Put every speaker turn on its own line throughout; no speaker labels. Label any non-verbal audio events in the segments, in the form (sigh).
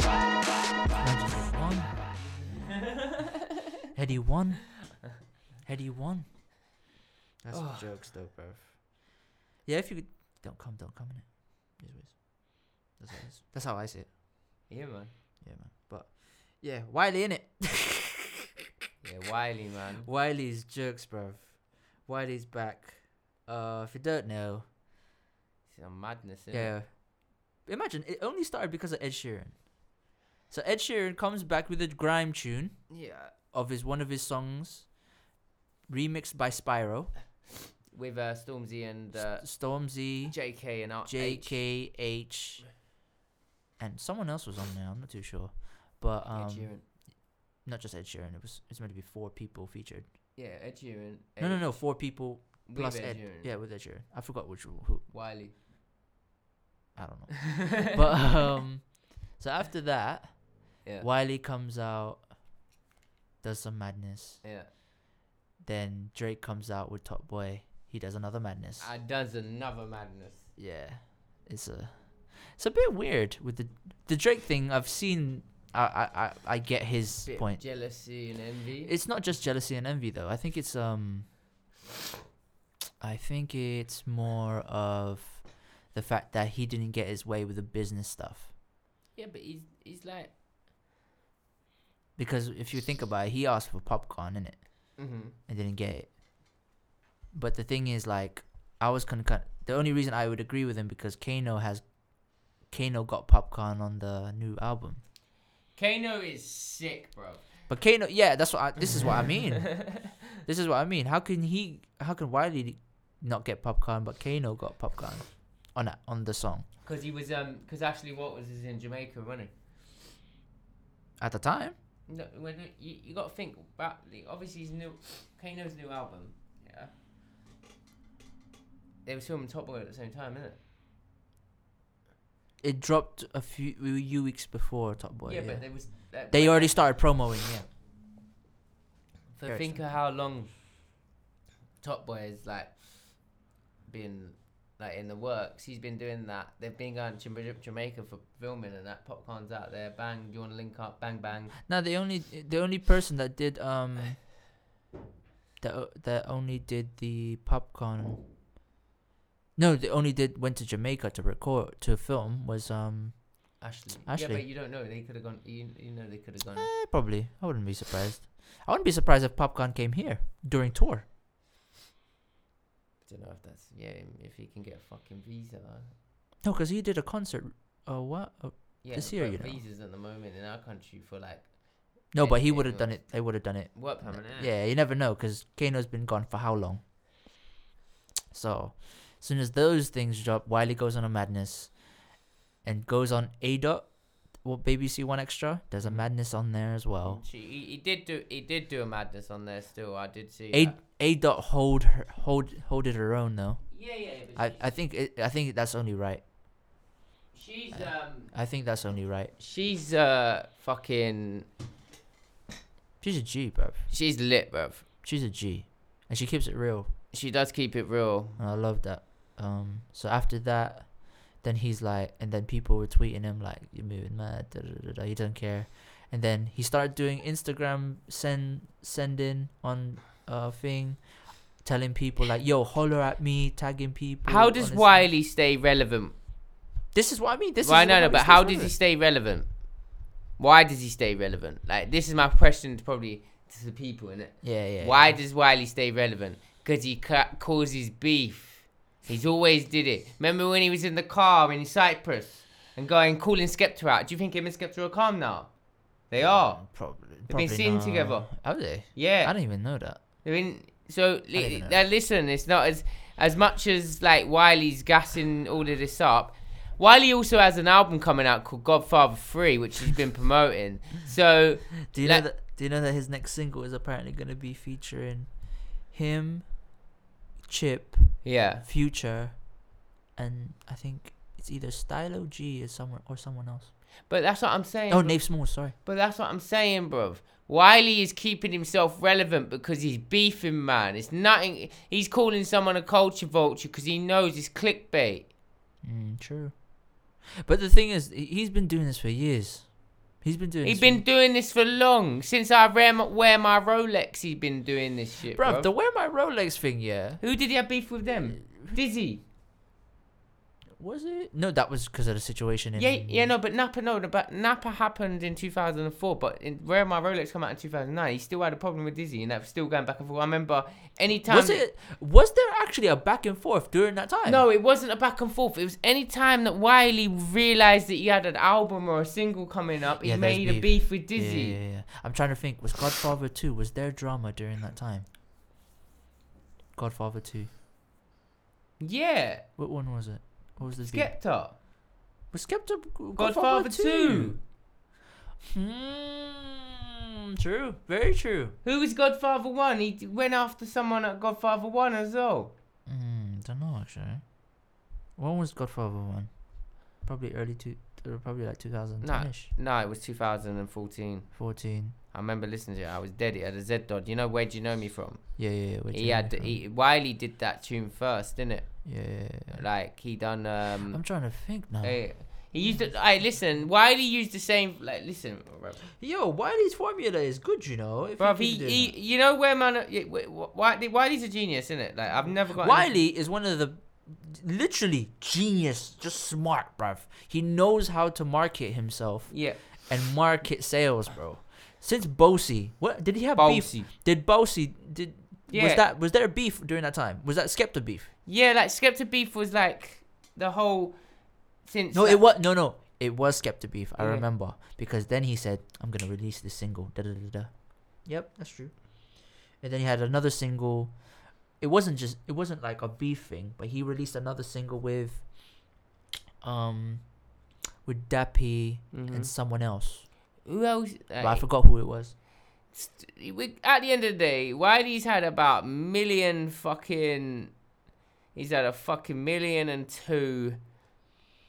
Nigel won. Eddie won. Eddie won.
That's
Ugh.
jokes though, bro.
Yeah, if you could, don't come, don't come in it. Is what it is. That's how it is. That's how I see it.
Yeah, man.
Yeah, man. But yeah, Wiley in it.
Yeah, Wiley, man.
Wiley's jerks, bruv. Wiley's back. Uh, if you don't know,
Some madness. innit?
yeah. Imagine it only started because of Ed Sheeran. So Ed Sheeran comes back with a grime tune
Yeah.
of his one of his songs, remixed by Spyro,
With uh, Stormzy and
S-
uh,
Stormzy,
JK and R- H.
JKH, and someone else was on there. I'm not too sure, but
Ed
um,
Sheeran.
not just Ed Sheeran. It was it's meant to be four people featured.
Yeah, Ed Sheeran.
No, no,
Ed-
no, four people
with
plus
Ed
Ed.
Sheeran.
Yeah, with Ed Sheeran. I forgot which who. (laughs)
Wiley.
I don't
(laughs)
know. but um, so after that,
Yeah.
Wiley comes out, does some madness.
Yeah.
Then Drake comes out with Top Boy. He does another madness.
I does another madness.
yeah, it's a, it's a bit weird with the the Drake thing. I've seen. I I I, I get his
Bit of
point.
Jealousy and envy.
It's not just jealousy and envy though. I think it's um. I think it's more of the fact that he didn't get his way with the business stuff.
yeah, but he's he's like.
Because if you think about it, he asked for popcorn in it
Mm-hmm.
and didn't get it. But the thing is, like, I was con- con- the only reason I would agree with him because Kano has Kano got popcorn on the new album.
Kano is sick, bro.
But Kano, yeah, that's what I, this is what I
(laughs)
mean. this is what I mean. How can he? How can Wiley not get popcorn, but Kano got popcorn on that on the song
Because he was um, because Ashley Waters is in Jamaica, wasn't he?
at the time?
No, when it- you, you got to think about the obviously his new Kano's new album. Yeah. They were filming Top Boy at the same time, innit?
It dropped a few, a few weeks before Top Boy.
yeah,
Yeah,
but they was that,
they
but (laughs)
already started promoting. Yeah.
For think of how long Top Boy is like been like in the works. He's been doing that. They've been going to Jama- Jamaica for filming and that. Popcorn's out there. Bang, do you want to link up? Bang, bang.
No, the only the only person that did um that o- that only did the popcorn. No, they only did went to Jamaica to record to film was um
Ashley. Yeah,
Ashley.
but you don't know. They could have gone. You, you know, they could have gone.
(laughs) eh, probably I wouldn't be surprised. I wouldn't be surprised if popcorn came here during tour.
don't know if that's yeah. If he can get a fucking visa.
No, because he did a concert. Uh, what? Uh,
Yeah,
This
but
year, you know.
visas at the moment in our country for like
no, but he
Anything
would have done
was-
it. They would have done it.
work permit. innit?
Yeah, you never know because Kano's been gone for how long. So, as soon as those things drop, Wiley goes on a madness, and goes on a dot. What BBC One Extra? There's a madness on there as well.
She, he, he did do he did do a madness on there. Still, I did see.
A
that.
a dot hold her, hold hold it her own though.
Yeah, yeah. But
I I think it, I think that's only right.
she, she's um
I think that's only right.
she's uh fucking
She's a G, bruv.
she's lit, bruv.
She's a G, and she keeps it real.
She does keep it real.
And I love that. Um, so after that, then he's like, and then people were tweeting him like, "You're moving mad," da, da, da, da, he doesn't care. And then he started doing Instagram send sending on uh thing, telling people like, "Yo, holler at me," tagging people.
How
on
does
his-
Wiley stay relevant?
This is what I mean. This
Well, I
is
know,
what
no, but
stays
how does he
relevant.
stay relevant? Why does he stay relevant? Like this is my question, to probably to the people in it.
Yeah, yeah.
Why
yeah.
does Wiley stay relevant? Because he ca- causes beef. He's always did it. Remember when he was in the car in Cyprus and going calling Skepta out? Do you think him and Skepta are calm now? They are.
probably
They've been seen together.
Are they? I
Yeah.
don't even know that.
I mean, so
don't
li-
even know.
now listen, it's not as as much as like Wiley's gassing all of this up. Wiley also has an album coming out called Godfather Three, which he's been promoting. So
Do you
Like-
know that? Do you know that his next single is apparently going to be featuring him, Chip,
Yeah.
Future, and I think it's either Stylo G is someone or someone else.
But that's what I'm saying.
Oh,
bruv.
Nave Small, sorry.
But that's what I'm saying, bruv. Wiley is keeping himself relevant because he's beefing, man. It's nothing. He's calling someone a culture vulture because he knows it's clickbait.
Mm, true. But the thing is, he- he's been doing this for years. He's been doing.
He's
this
been doing this for long. Since I wear my, wear my Rolex, he's been doing this shit,
for, bruv,
bruv.
the wear my Rolex thing, yeah.
Who did he have beef with them? Dizzy.
Was it? No, that was because of the situation. In,
Yeah, yeah, no, but Napa, no, but Napa happened in 2004. But in, where my Rolex come out in 2009, he still had a problem with Dizzy, and that was still going back and forth. I remember any time.
Was it? Was there actually a back and forth during that time?
No, it wasn't a back and forth. It was any time that Wiley realized that he had an album or a single coming up, he
Yeah, there's
made a
beef.
beef with
Yeah,
Dizzy.
Yeah, yeah, yeah. I'm trying to think. Was Godfather Two? Was there drama during that time? Godfather Two.
Yeah,
What one was it? What was the beef?
Skepta,
Was Skepta Godfather,
Godfather Two.
Hmm. True. Very true.
Who was Godfather One? He d- went after someone at Godfather One as well.
Hmm. Don't know actually. When was Godfather One? Probably early two. or Probably like 2010 ish.
No, it was 2014.
14.
I remember listening to it. I was dead. It had a Z Dod. You know where'd you know me from?
Yeah, yeah, yeah. where'd
he
you
had
know it from?
he, Wiley did that tune first, didn't it?
Yeah, yeah, yeah.
Like he done. Um,
I'm trying to think now.
eh, he used it. I listen. Wiley used the same. Like listen.
Yo, Wiley's formula is good, you know. If
Bruv, he,
keep doing
he, you know where man, yeah, wh- wh- Wiley, Wiley's a genius, isn't it? Like I've never
that.
got
Wiley is one of the literally genius, just smart, bruv. He knows how to market himself
Yeah,
and market sales, bro. Since Bosey, what did he have beef?
Bowsy.
Did Bosey did was
Yeah.
that was there beef during that time? Was that Skepta beef?
Yeah, like Skepta beef was like the whole since.
No,
like,
it was no, no, it was Skepta beef. I
Yeah.
remember because then he said, "I'm gonna release this single." Da da da da. Yep, that's true. And then he had another single. It wasn't just. It wasn't like a beef thing, but he released another single with, um, with Dappy and
Mhm.
someone else.
Who else?
But I
like,
forgot who it was.
st- we, at the end of the day, Wiley's had about million fucking. He's had a fucking million and two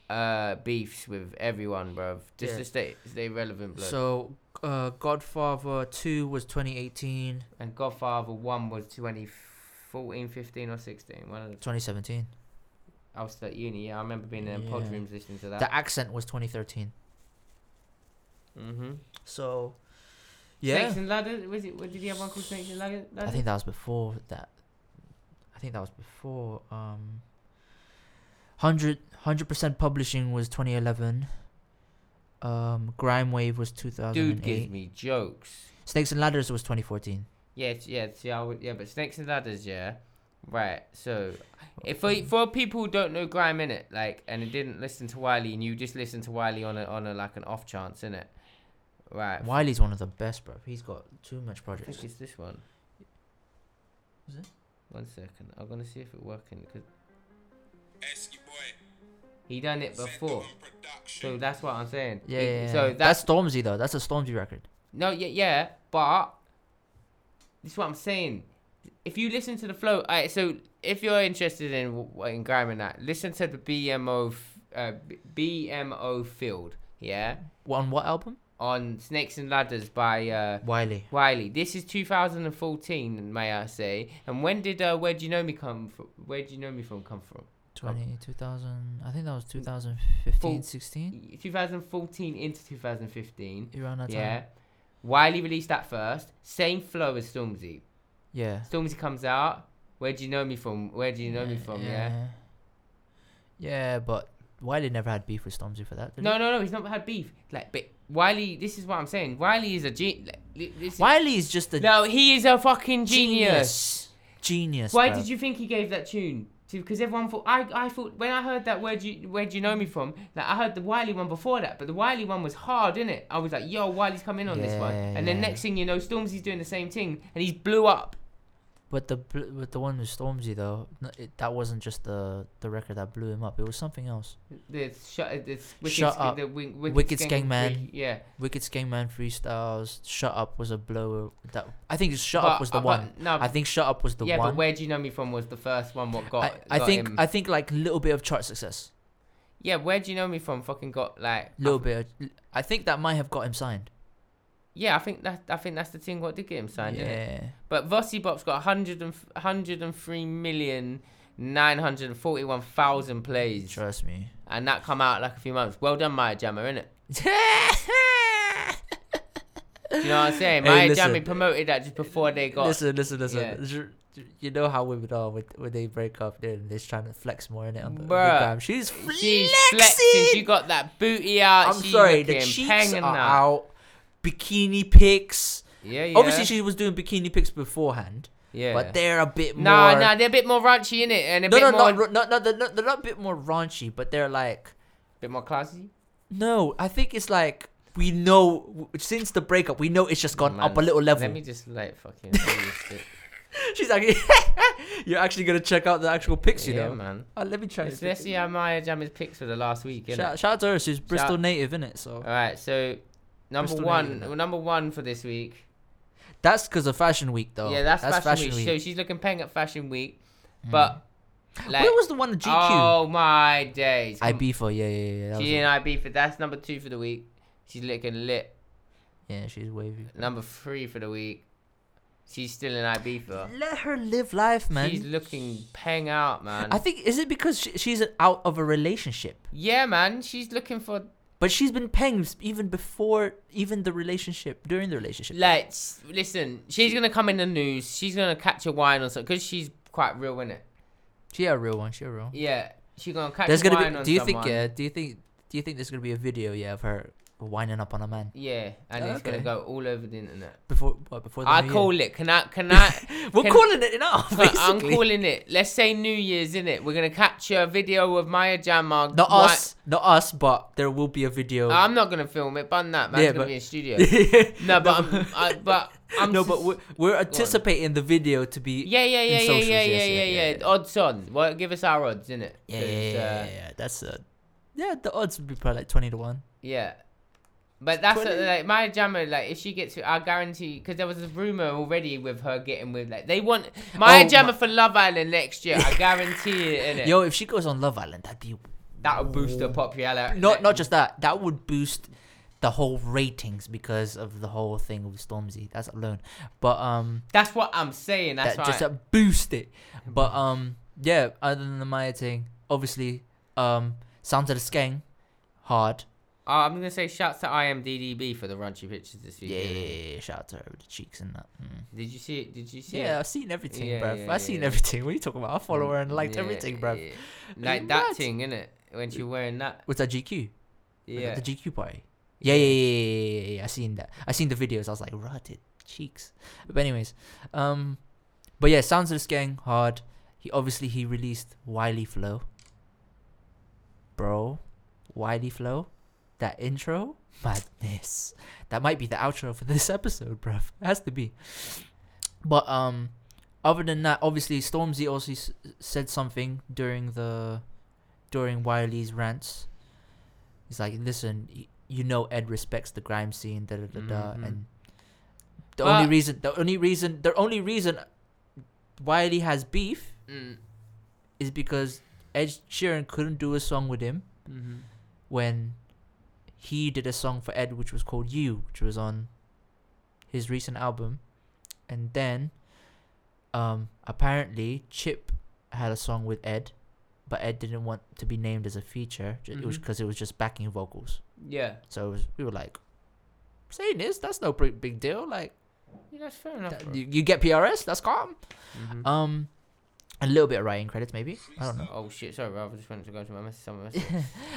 uh beefs with everyone, bruv. Just
Yeah.
to stay stay relevant, blood.
So, uh, Godfather Two was 2018,
and Godfather One was 2014, 15 or sixteen. One of the
2017.
I was still at uni. Yeah, I remember being in pod
Yeah.
rooms listening to that.
The accent was 2013.
mm-hmm.
So,
Snakes and ladders. Was it? What, did he have one called Snakes and Ladder- Ladders?
I think that was before that. I think that was before. Um, 100 percent publishing was 2011. Um, Grime Wave was
Dude
2008.
gives me jokes.
Snakes and Ladders was 2014.
Yeah, it's- yeah, see, I would, yeah, but Snakes and Ladders, yeah. Right. So, if for, for people who don't know Grime in it, like, and they didn't listen to Wiley, and you just listened to Wiley on a on a like an off chance in it, right?
Wiley's one of the best, bro. He's got too much
I
projects.
think it's this one.
Is it?
One second. I'm gonna see if it's working because
Esky boy.
he done it before. So that's what I'm saying.
Yeah,
He-
yeah, yeah.
So
that's Stormzy though. That's a Stormzy record.
No, yeah, yeah, but this is what I'm saying. If you listen to the flow, all right, so if you're interested in w- w- in grime and that, listen to the BMO f- uh, B- BMO Field, yeah,
What, on what album?
on Snakes and Ladders by uh,
Wiley.
Wiley. This is 2014, may I say? And when did uh, Where Do You Know Me come from? Where Do You Know Me from come from?
20,
Um,
2000. I think that was 2015,
Full-
16.
2014 into 2015.
Around that time.
Yeah, Wiley released that first. Same flow as Stormzy.
Yeah.
Stormzy comes out. Where do you know me from? Where do you know me from? Yeah.
Yeah, Yeah, but Wiley never had beef with Stormzy for that. did he?
No, no, no. He's not had beef. Like, but Wiley. This is what I'm saying. Wiley is a genius. Like, Why?
Wiley is just a
No, he is a fucking genius.
Genius.
Why did you think he gave that tune? Because everyone thought I, I thought when I heard that where do you where do you know me from? Like I heard the Wiley one before that, but the Wiley one was hard, innit? I was like, yo, Wiley's coming on this one,
Yeah,
and then
yeah.
next thing you know, Stormzy's doing the same thing, and he's blew up.
But the bl- but the one with Stormzy though, n- it, that wasn't just the the record that blew him up. It was something else.
The shut. This wicked
Shut
Sk-
Up.
The wing, wicked,
Wicked
Skank
Skank Man.
Free- Yeah.
Wicked Skankman freestyles. Shut up was a blower. That I think Shut
But-
up was the
uh, but
one.
No.
I think Shut up was the
yeah,
one.
but where do you know me from was the first one. What got?
I, I
got
think
him.
I think like little bit of chart success.
yeah. Where do you know me from? Fucking got like.
Little bit. Of, I think that might have got him signed.
Yeah, I think that I think that's the thing. What did get him signed? Yeah.
yeah.
But Vossi Bop's got 100 and, 103,941,000 plays,
Trust
(laughs)
me.
and that come out like a few months. Well done, Maya Jammer, innit? Do you
(laughs)
know what I'm saying?
Hey,
Maya
listen.
Jammer promoted that just before they got.
listen, listen, listen.
Yeah.
J- You know how women are when, when they break up, they're, they're trying to flex more in it on the, on the
Bruh.
gram. She's
She's
flexing.
flexing. She got that booty out.
I'm
she
sorry, the
looking
cheeks
banging
are
now.
out. Bikini pics.
Yeah, yeah.
Obviously, she was doing bikini pics beforehand,
Yeah.
but they're a bit more.
Nah, nah, they're a bit more raunchy in it, and a
no,
bit
no,
more,
not, ra- not, not, they're not, they're not a bit more raunchy, but they're like,
bit more classy.
no, I think it's like we know w- since the breakup, we know it's just gone up a
Man,
little level.
Let me just like fucking. do this shit.
(laughs) She's like, (laughs) you're actually gonna check out the actual pics, you
yeah,
know? (laughs)
man.
Uh, let me try.
Let's,
to-
let's see how Maya Jammer's picks for the last week. innit?
Shout, shout out to her. She's Bristol
Shout-
native, innit? So
All right, so number
Bristol
one,
Navy, innit?
number one for this week.
that's because of Fashion Week, though.
yeah, that's, fashion, week. So she's looking peng at Fashion Week, but like,
Mm. Where was the one at GQ?
oh my days,
I IB for yeah, yeah, yeah. that was
she
it.
and I beef. That's number two for the week. She's looking lit.
yeah, she's wavy.
Number three for the week. She's still in Ibiza.
Let her live life, man.
She's looking peng out, man.
I think is it because she, she's out of a relationship,
yeah, man. She's looking for
but she's been paying s- even before even the relationship during the relationship.
Let's listen. She's gonna come in the news. She's gonna catch a wine or something because she's quite real in it.
she a real one. She a real. One.
Yeah, she's gonna catch
There's
a wine
gonna be.
on
Do you
someone.
think? Yeah. Do you think? Do you think there's gonna be a video? Yeah, of her winding up on a man
Yeah, and it's
Okay.
gonna go all over the internet.
before what, before. The
I
new year?
call it. Can I? Can
(laughs)
I?
We're
can-
calling it now.
(laughs)
Basically.
I'm calling it. Let's say New Year's in it. We're gonna capture a video of Maya Jamar.
Not
wi-
us, not us, but there will be a video.
I'm not gonna film it. Bun that man.
Yeah,
it's gonna
but-
be in studio.
(laughs) no,
Um, no, but
(laughs)
I'm, I, but I'm
no,
s-
but we're, we're anticipating the video to be
yeah, yeah, yeah,
in
yeah,
socials,
yeah, yeah,
yes,
yeah,
yeah, yeah,
yeah,
yeah.
Odds on. Well, give us our odds uh, in it.
yeah, yeah, yeah, yeah, yeah. That's a yeah. The odds would be probably like twenty to one.
Yeah. But that's what,
20.
like my jammer. Like if she gets, I guarantee because there was a rumor already with her getting with like they want my
Oh,
jammer for Love Island next year. I
(laughs)
guarantee it. Innit?
Yo, if she goes on Love Island, that'd be
That'll boost her popularity.
not not just that. That would boost the whole ratings because of the whole thing with Stormzy. That's alone, but um,
That's what I'm saying. That's
that
right.
just uh, boost it. But um, yeah. Other than the Maya thing, obviously, um, sounds of the skeng, hard.
Oh, I'm gonna say shouts to IMDb for the raunchy pictures this week.
Yeah,
innit?
yeah, yeah, shout out to her with the cheeks and that. Mm.
Did you see it? Did you see
Yeah,
it?
I've seen everything,
Yeah,
bruv.
yeah,
I've seen
yeah. Mm.
everything. What are you talking about? I follow her and liked
Yeah,
everything, bruv.
yeah. Like
mad?
that thing, innit? When she wearing that.
Was that GQ? Was
Yeah.
that The GQ party. Yeah, yeah, yeah, yeah, yeah, yeah, yeah. I seen that. I seen the videos. I was like, rotted cheeks. But anyways, um, but yeah, sounds of this gang hard. He obviously he released Wiley Flow. Bro, Wiley Flow, that intro, madness. That might be the outro for this (laughs) episode, bruv. It has to be. But um, other than that, obviously Stormzy also s- said something during the during Wiley's rants. He's like, listen, y- you know Ed respects the grime scene, da da da da,
Mhm.
and the
But-
only reason, the only reason, the only reason Wiley has beef
Mm.
is because Ed Sheeran couldn't do a song with him
Mm-hmm.
when he did a song for Ed which was called You, which was on his recent album. And then um apparently Chip had a song with Ed, but Ed didn't want to be named as a feature. ju- It was
Mhm.
because it was just backing vocals.
Yeah.
So it was, we were like saying this, that's no big big deal. Like
Yeah, that's fair enough.
that- you, you get PRS, that's calm.
Mhm.
Um a little bit of writing credits maybe. I don't know.
Oh shit! Sorry, bro. I just wanted to go to my message.
(laughs)
Someone message.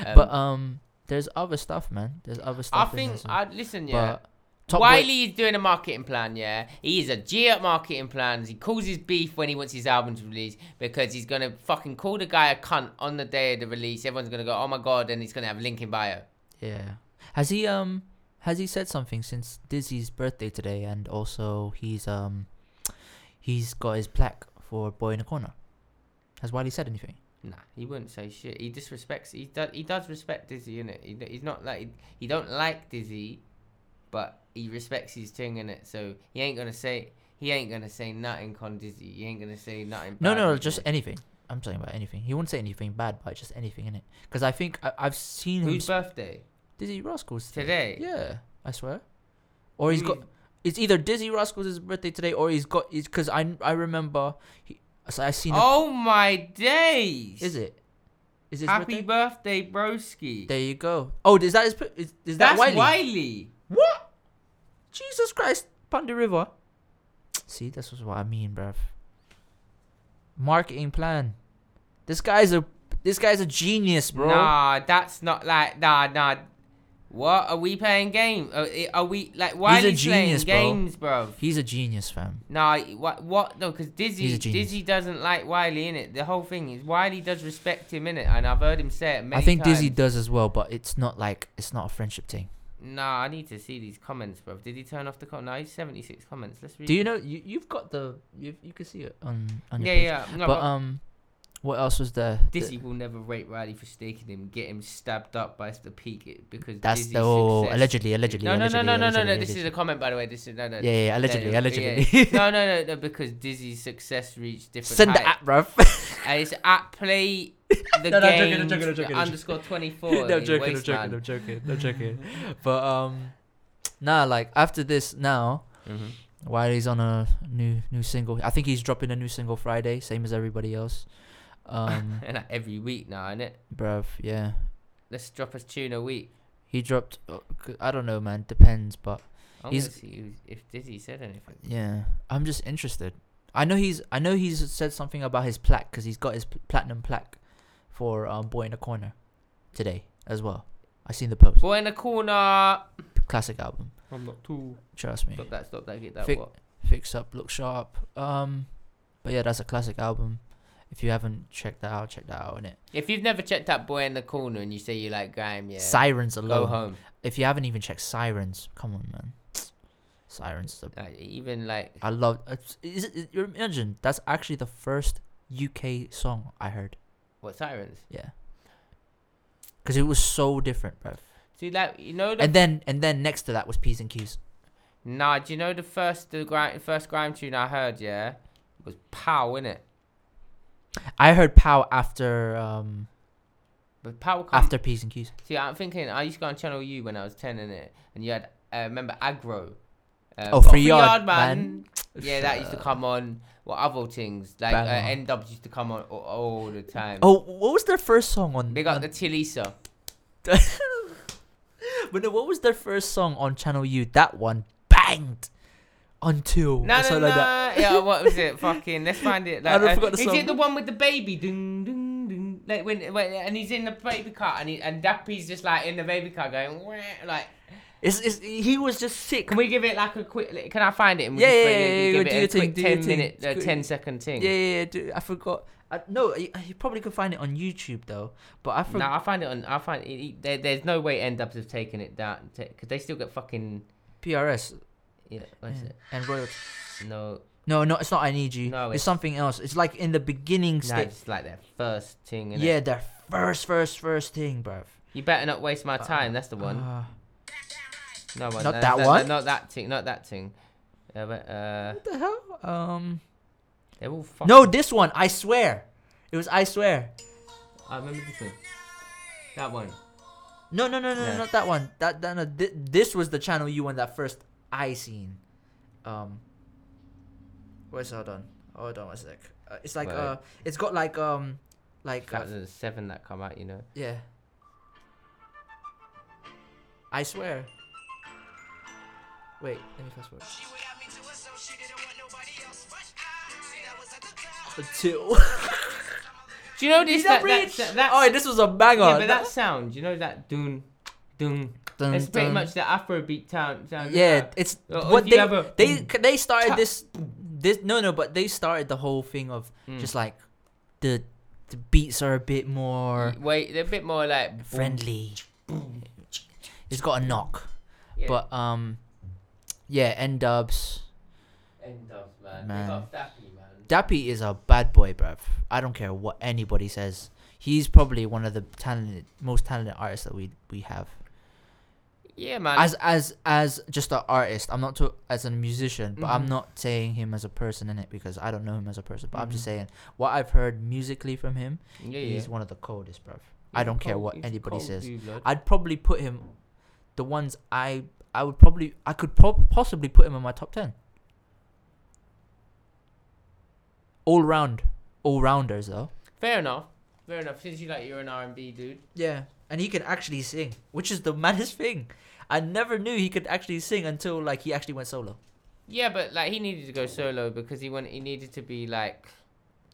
Um,
but um there's other stuff, man. There's other
I
stuff. in
think
this one.
I listen. Yeah,
But Top Boy-
Wiley is doing a marketing plan. Yeah, he's a G at marketing plans. He causes beef when he wants his album to release because he's gonna fucking call the guy a cunt on the day of the release. Everyone's gonna go, oh my god, and he's gonna have link in bio.
Yeah. Has he um has he said something since Dizzy's birthday today and also he's um he's got his plaque for Boy in the Corner. Has Wiley said anything?
Nah, he wouldn't say shit. He disrespects. He does. He does respect Dizzy, innit? He, d- he's not like he don't like Dizzy, but he respects his thing, innit? So he ain't gonna say he ain't gonna say nothing con Dizzy. He ain't gonna say nothing.
No,
bad
no,
on
just
Dizzy.
anything. I'm talking about anything. He wouldn't say anything bad, but just anything in it. Because I think I, I've seen him.
Whose
Sp-
birthday
Dizzy Rascals today.
today?
Yeah, I swear. Or he's
Who
got.
is-
It's either Dizzy Rascals' birthday today, or he's got. Because I I remember. He, so I seen. a-
Oh my days!
is it? Is his
Happy
birthday?
birthday, broski.
There you go. Oh, is that his? pi- Is, is that
That's
Wiley?
Wiley.
What? Jesus Christ, Pondy River. See, this is what I mean, bruv. Marketing plan. This guy's a this guy's a genius, bro.
Nah, that's not like nah nah. What are we playing game? Are, are we like Wiley's
genius, bro.
playing games, bro?
He's a genius, fam.
Nah, what what no? Because
He's
Dizzy
a genius.
Dizzy doesn't like Wiley in it. The whole thing is Wiley does respect him in it, and I've heard him say it many
I think
times.
Dizzy does as well, but it's not like it's not a friendship thing.
Nah, I need to see these comments, bro. Did he turn off the comment? Nah, he's seventy six comments. Let's read.
Do you know you you've got the you you can see it on on your
Yeah,
page.
yeah. No,
but
but
um, what else was there? The-
Dizzy will never rate Riley for staking him, get him stabbed up by the peak eh, because
That's
Dizzy's
the oh,
success-
allegedly, allegedly,
No, no, no,
allegedly,
no, no, no,
allegedly,
no. This is a
allegedly.
comment, by the way. This is no, no.
yeah, yeah, yeah,
no,
allegedly,
no,
allegedly. (laughs)
yeah. no, no, no, no, because Dizzy's success reached different.
Send the
heights.
app, bruv. (laughs)
And it's at play the
No, no, I'm joking,
game
I'm joking, I'm joking, I'm
underscore twenty
(laughs) no,
four.
I'm joking, I'm joking, I'm joking, I'm joking. But um, nah, like after this now, Wiley's on a new new single. I think he's dropping a new single Friday, same as everybody else.
(laughs)
Um,
(laughs) And like every week now, innit?
bruv, yeah,
Let's drop a tune a week.
he dropped. uh, c- I don't know, man. Depends, but
I'm
He's-
gonna see who's- if Dizzy said anything.
yeah, I'm just interested. I know he's. I know he's said something about his plaque because he's got his pl- platinum plaque for um, Boy in the Corner today as well. I seen the post.
Boy in the corner. I'm
Classic album.
not too.
Trust me.
Stop that! Stop that! Get that!
Vic-
What?
fix up, look sharp. Um, but yeah, that's a classic album. If you haven't checked that out, check that out in it.
If you've never checked out Boy in the Corner and you say you like Grime, yeah,
Sirens
go
alone.
home.
If you haven't even checked Sirens, come on, man. Sirens. is a-
Like, even like
I love. it's- Is it, you imagine that's actually the first UK song I heard.
what sirens?
Yeah. Because it was so different, bro.
See, like you know the
And then and then next to that was P's and Q's.
Nah, do you know the first the grime, first grime tune I heard? Yeah, was Pow in it.
I heard Pow after um
But Pow come,
after P's and Q's.
See, I'm thinking I used to go on Channel U when I was ten in it, and you had uh, remember Agro. Uh,
Oh, Free Yard Man.
Yeah, that used to come on. What other things like uh,
Banger.
N Dubs used to come on all, all the time.
Oh, what was their first song on?
They
on-
got the Tilisa.
But no, what was their first song on Channel U? That one banged until
No,
or
no,
something
no.
like that. (laughs)
Yeah, what was it? Fucking, let's find it.
I
Like,
don't
uh,
forgot the
is
song.
it the one with the baby? Dun, dun, dun. Like when, when, and he's in the baby car, and he, and Dappy's just like in the baby car going, "Wah," like.
It's, it's, he was just sick.
Can we give it like a quick? li- Can I find it? And we
Yeah,
just
yeah,
play it,
yeah,
give
yeah,
it
do
a
your thing,
quick
do your
10
thing.
minute, uh,
Quick.
10 second thing.
Yeah, yeah, yeah dude, I forgot. I, no, you, you probably could find it on YouTube though. But I
No,
forgot.
I find it on. I find it, it, there, there's no way end ups have taken it down because they still get fucking.
PRS
Yeah, what's
yeah, and royalty.
it? No,
No, no, it's not. I need you.
No,
it's,
it's-
something else. It's like in the beginning
nah,
stage.
it's like their first thing. Innit?
yeah, their first, first, first thing, bruv.
you better not waste my time. That's the one.
Uh,
no, one.
not
no,
that
no, no,
one.
Not that thing. Not that thing. Uh, but, uh,
what the hell? Um,
they're all fucking.
no, this one. I swear, it was. I swear.
I remember this one. That one.
No, no, no, no,
Yeah.
not that one. That, that no, thi- this was the channel you won that first I seen. Um, where's hold on, hold on one sec. Uh, it's like
Right.
uh, it's got like um, like uh,
That was the seven that come out. You know.
yeah. I swear. Wait, let me fast forward. (laughs) Until.
Do you know this?
Is that
That,
bridge?
that, that,
oh, this was a banger.
yeah, but
That-
that sound. You know that dun, dun.
Dun,
it's pretty
dun.
much the Afrobeat town. sound
Yeah, it's
Uh, or
what
if you
they
have a Mm.
they
boom,
c- they started
tap,
this this no no but they started the whole thing of
Mm.
just like the the beats are a bit more
Wait, they're a bit more like
friendly. It's got a knock,
Yeah.
but um, yeah, N Dubs.
End of, man.
Man.
Big up Dappy.
Dappy is a bad boy, bruv. I don't care what anybody says. He's probably one of the talented, most talented artists that we we have.
Yeah, man.
As as as just an artist, I'm not to, as a musician, but I'm
Mhm.
not saying him as a person in it because I don't know him as a person. But I'm just
Mhm.
saying what I've heard musically from him,
yeah, yeah.
he's one of the coldest, bruv. I don't care what anybody says.
I,
I'd probably put him, the ones I I would probably I could prob- possibly put him in my top ten. All round, all rounders though.
Fair enough. Fair enough. Since you like you're an R and B dude.
Yeah, and he can actually sing, which is the (laughs) maddest thing. I never knew he could actually sing until like he actually went solo.
Yeah, but like he needed to go solo because he wanted he needed to be like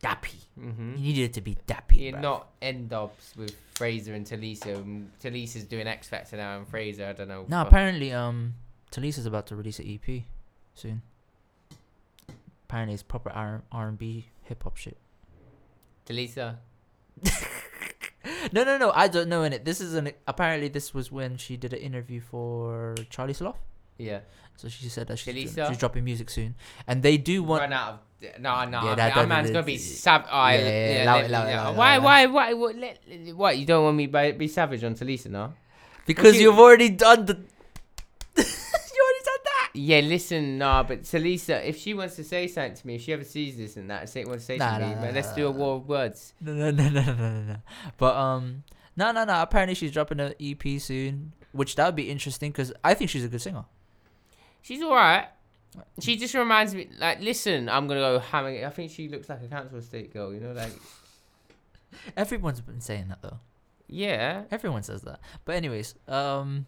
Dappy.
mm-hmm.
He needed to be dappy.
you're
bruv.
not end ups with Fraser and Talisa. and Talisa's doing X Factor now, and Fraser I don't know.
No,
what-
apparently, um, Talisa's about to release an EP soon. Apparently, it's proper R and B hip hop shit.
Talisa.
No, no, no. I don't know in it. This is an apparently this was when she did an interview for Charlie Sloth.
Yeah.
So she said that she's, doing-
Felisa.
she's dropping music soon, and they do want.
Run out of no, no.
Yeah,
I
that-
that
that-
man's
that-
gonna be
that-
sav. I-
yeah, yeah,
yeah,
allow
let
it,
me-
allow it,
yeah.
allow it,
Why,
allow it.
why, why, what, let, what? You don't want me by, be savage on Talisa, no?
Because
you-
you've already done the. (laughs) you already done that.
Yeah, listen, nah, but Talisa, if she wants to say something to me, if she ever sees this and that, say wants to say
Nah,
something, to
nah, nah,
me, but let's
nah,
do a
nah,
war of words.
No, no, no, no, no, no, no. But um, no, no, no. Apparently, she's dropping an EP soon, which that would be interesting because I think she's a good singer.
She's all right. She just reminds me, like, listen, I'm gonna go hammer. it. I think she looks like a council estate girl, you know, like,
Everyone's been saying that though.
yeah.
Everyone says that. But anyways, um,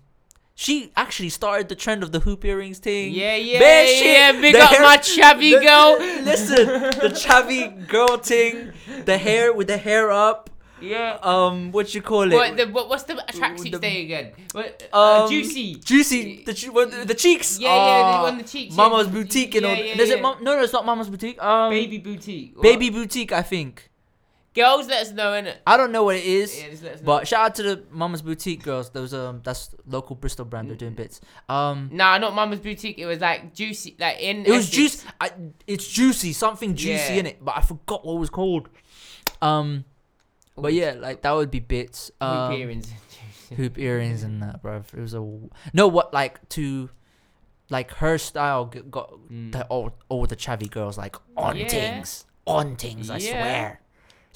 she actually started the trend of the hoop earrings thing.
Yeah, yeah,
Bear
yeah,
shit.
Big
The
up
hair-
my chubby
the- (laughs)
girl.
Listen, the chubby girl thing, the hair with the hair up.
yeah.
Um, what you call it?
What, the, what, what's the
the-
tracksuit day again? What, uh,
um,
juicy.
juicy. The chu- what- the cheeks.
Yeah, yeah,
Ah,
the- on the cheeks. yeah.
Mama's boutique and
Yeah,
all.
yeah,
Is it?
yeah.
Mom- no, no, it's not Mama's boutique. Um,
Baby boutique. or-
Baby boutique. I think.
Girls, let us know, innit?
I don't know what it is.
Yeah, just let us know.
But shout out to the Mama's Boutique girls. Those um, that's local Bristol brand. They're
Mm.
doing bits. Um,
Nah, not Mama's Boutique. It was like juicy, like in.
it was
Essex.
juice. I, it's juicy. Something juicy
Yeah.
in it, but I forgot what it was called. Um, but yeah, like that would be bits.
Hoop
Um,
(laughs) earrings.
hoop earrings and that, bruv. It was a w- no. What like to, like her style g- got the all all the chavvy girls like on
Mm. Yeah.
things, on things. I
Yeah.
swear.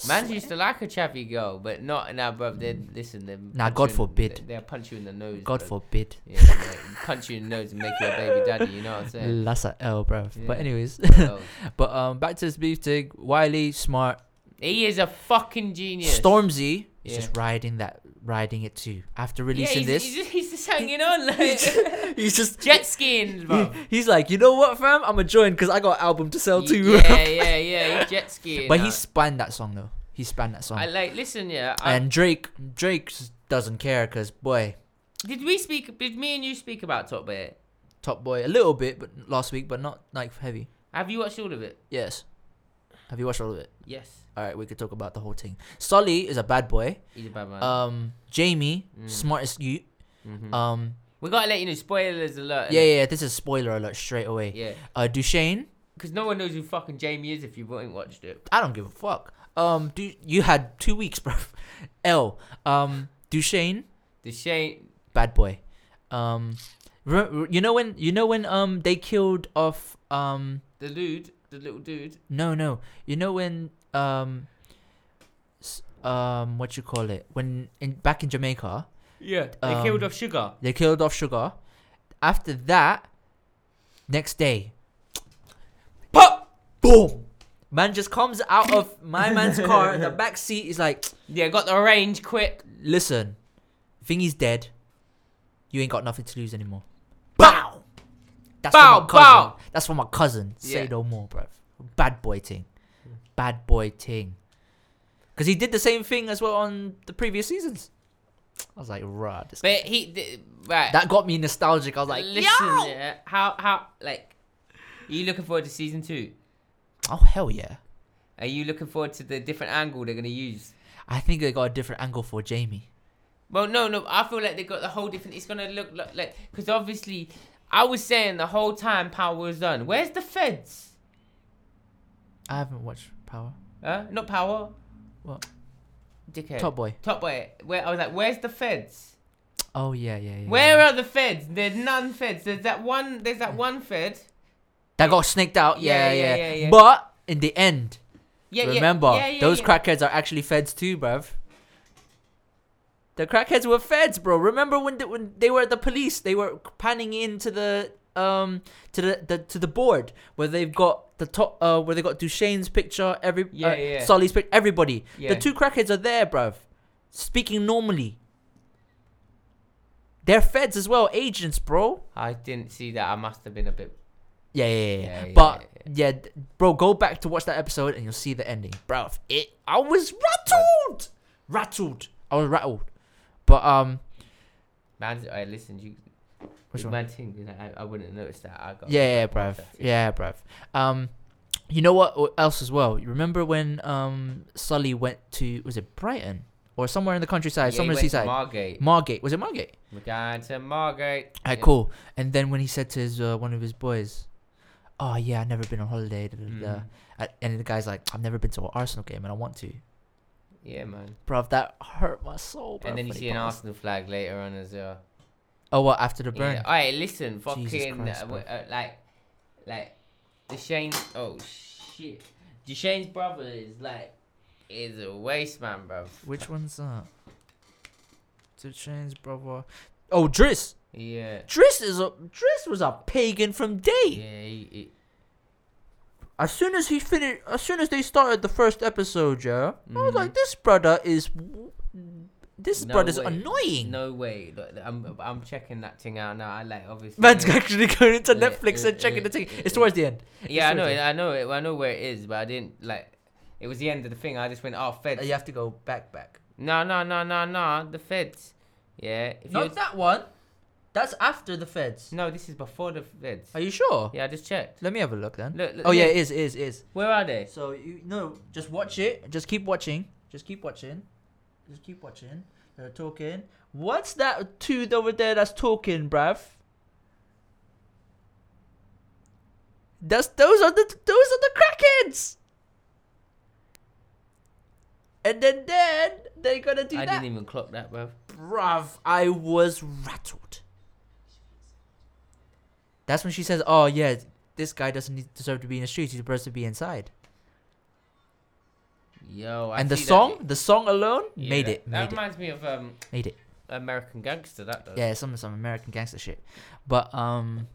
Man used to like a chappy girl, but not now, bro. They listen. They
Nah, God forbid.
They, will punch you in the nose.
God
bruv.
forbid.
Yeah, like, punch you in the nose and make you
(laughs)
a baby daddy. You know what I'm saying?
That's a L, bruv. But
Yeah.
anyways,
So,
(laughs) but um, back to this beef thing. Wiley, smart.
he is a fucking genius.
Stormzy is
Yeah.
just riding that, riding it too. After
Yeah,
releasing
he's,
this,
He's just, he's just
(laughs)
hanging on like (laughs)
he's just
jet skiing, bro.
he's like, you know what, fam? I'ma join because I got an album to sell too.
Yeah, yeah, yeah. He's jet skiing.
(laughs) but
now.
he spanned that song though. He spanned that song.
I like listen, yeah. I,
and Drake, Drake s- doesn't care because boy,
did we speak? Did me and you speak about Top Bear?
Top Boy a little bit, but last week, but not like heavy.
Have you watched all of it?
Yes. Have you watched all of it?
Yes.
All right, we could talk about the whole thing. Sully is a bad boy.
He's a bad man. Mm-hmm.
Um, Jamie,
Mm.
smartest you. Um,
we gotta let you know. Spoilers alert.
yeah, yeah, yeah, this is spoiler alert straight away.
yeah.
Uh, Duchesne,
Because no one knows who fucking Jamie is if you haven't watched it.
I don't give a fuck. Um, do you had two weeks, (laughs) bro? L. Um, Duchesne,
The Shane.
bad boy. Um, re- re- you know when you know when um they killed off um
The dude. The little dude.
No, no. You know when um s- um what you call it? When in back in Jamaica,
Yeah. They
Um,
killed off Sugar.
they killed off Sugar. After that, next day, pop, boom. Man just comes out of my man's car in the back seat. He's like,
Yeah, got the range quick.
"Listen, thingy's dead. You ain't got nothing to lose anymore." Bow. That's
Bow,
for my cousin.
bow.
That's for my cousin. Say
Yeah.
no more, bruv. Bad boy ting. Bad boy ting. Because he did the same thing as well on the previous seasons. I was like, rah. This
But he. th- right.
that got me nostalgic. I was like,
listen.
yo!
Yeah. How how like. Are you looking forward to season two?
Oh, hell yeah.
Are you looking forward to the different angle they're gonna use?
I think they got a different angle for Jamie.
Well, no, no. I feel like they got the whole different. It's gonna look like like because obviously, I was saying the whole time power was on. Where's the feds?
I haven't watched Power.
Huh? Not Power.
What?
Dickhead.
Top Boy.
Top Boy. Where I was like, where's the feds?
Oh yeah, yeah, yeah.
Where
yeah.
are the feds? There's none feds. There's that one. There's that one fed.
that got snaked out? Yeah
Yeah,
yeah,
yeah, yeah, yeah.
But in the end,
Yeah, yeah,
remember
yeah, yeah,
those
yeah.
crackheads are actually feds too, bruv. The crackheads were feds, bro. Remember when the, when they were at the police? They were panning into the um to the, the to the board where they've got the top uh where they got Duchesne's picture, every
Yeah,
uh,
yeah.
Solly's picture, everybody.
Yeah.
The two crackheads are there, bruv. Speaking normally. They're feds as well, agents, bro.
I didn't see that. I must have been a bit.
Yeah, yeah, yeah.
Yeah,
yeah,
yeah,
but yeah, d bro, go back to watch that episode and you'll see the ending, bro. It, I was rattled, rattled. I was rattled, but um,
Man, I listened. You.
Which
the
one?
Man thing, you know, I, I wouldn't notice that. I got.
yeah, yeah, bruv, yeah, bruv. Um, you know what o- else as well? You remember when um Sully went to was it Brighton or somewhere in the countryside,
he
somewhere in
went to
the seaside,
Margate.
Margate? Was it Margate?
We're going to Margate.
Alright,
Yeah.
cool. And then when he said to his uh, one of his boys, "Oh yeah, I've never been on holiday," da, da, da, da."
Mm.
A- and the guy's like, "I've never been to an Arsenal game and I want to."
Yeah, man.
Bruv, that hurt my soul. Bruv,
And then you
when he
see an
passed.
Arsenal flag later on as well.
Oh, what after the burn?
Yeah. All right, listen, fucking
Christ,
uh,
bro.
w- uh, like, like, the Shane's. Oh shit, Shane's brother is like, is a waste man, bro.
Which one's that? To change, brother. Oh, Driss.
Yeah.
Driss is a Driss was a pagan from day.
Yeah. He, he,
As soon as he finished, as soon as they started the first episode, yeah, I was like, this brother is, this
Mm-hmm. No
brother's
way.
annoying.
no way. Look, I'm, I'm checking that thing out now. I like obviously.
Man's actually going into
Yeah,
Netflix
yeah,
and checking
yeah,
the thing.
yeah,
It's
yeah.
towards the end.
(laughs) yeah, I know.
sorted.
it, I know. It, I know where it is, but I didn't like. It was the end of the thing. I just went, oh, feds.
You have to go back, back.
No, no, no, no, no. The feds. Yeah. If you're-
Not that one. That's after the feds.
No, this is before the feds.
Are you sure?
Yeah, I just checked.
Let me have a look then.
Look, look,
oh yeah,
look.
it is, it is, it is.
Where are they?
So you no, just watch it. Just keep watching. Just keep watching. Just keep watching. They're talking. What's that dude over there that's talking, bruv? That's those are the those are the crackheads. And then then they're gonna do
I
that,
didn't even clock that, bruv.
bruv. I was rattled. That's when she says, "Oh yeah, this guy doesn't need, deserve to be in the streets. He's supposed to be inside."
Yo, I
and the
see that.
song, the song alone
Yeah,
made
that-
it,
That
made it,
reminds me of um,
made it.
American Gangster. That does.
Yeah, some some American gangster shit, but um,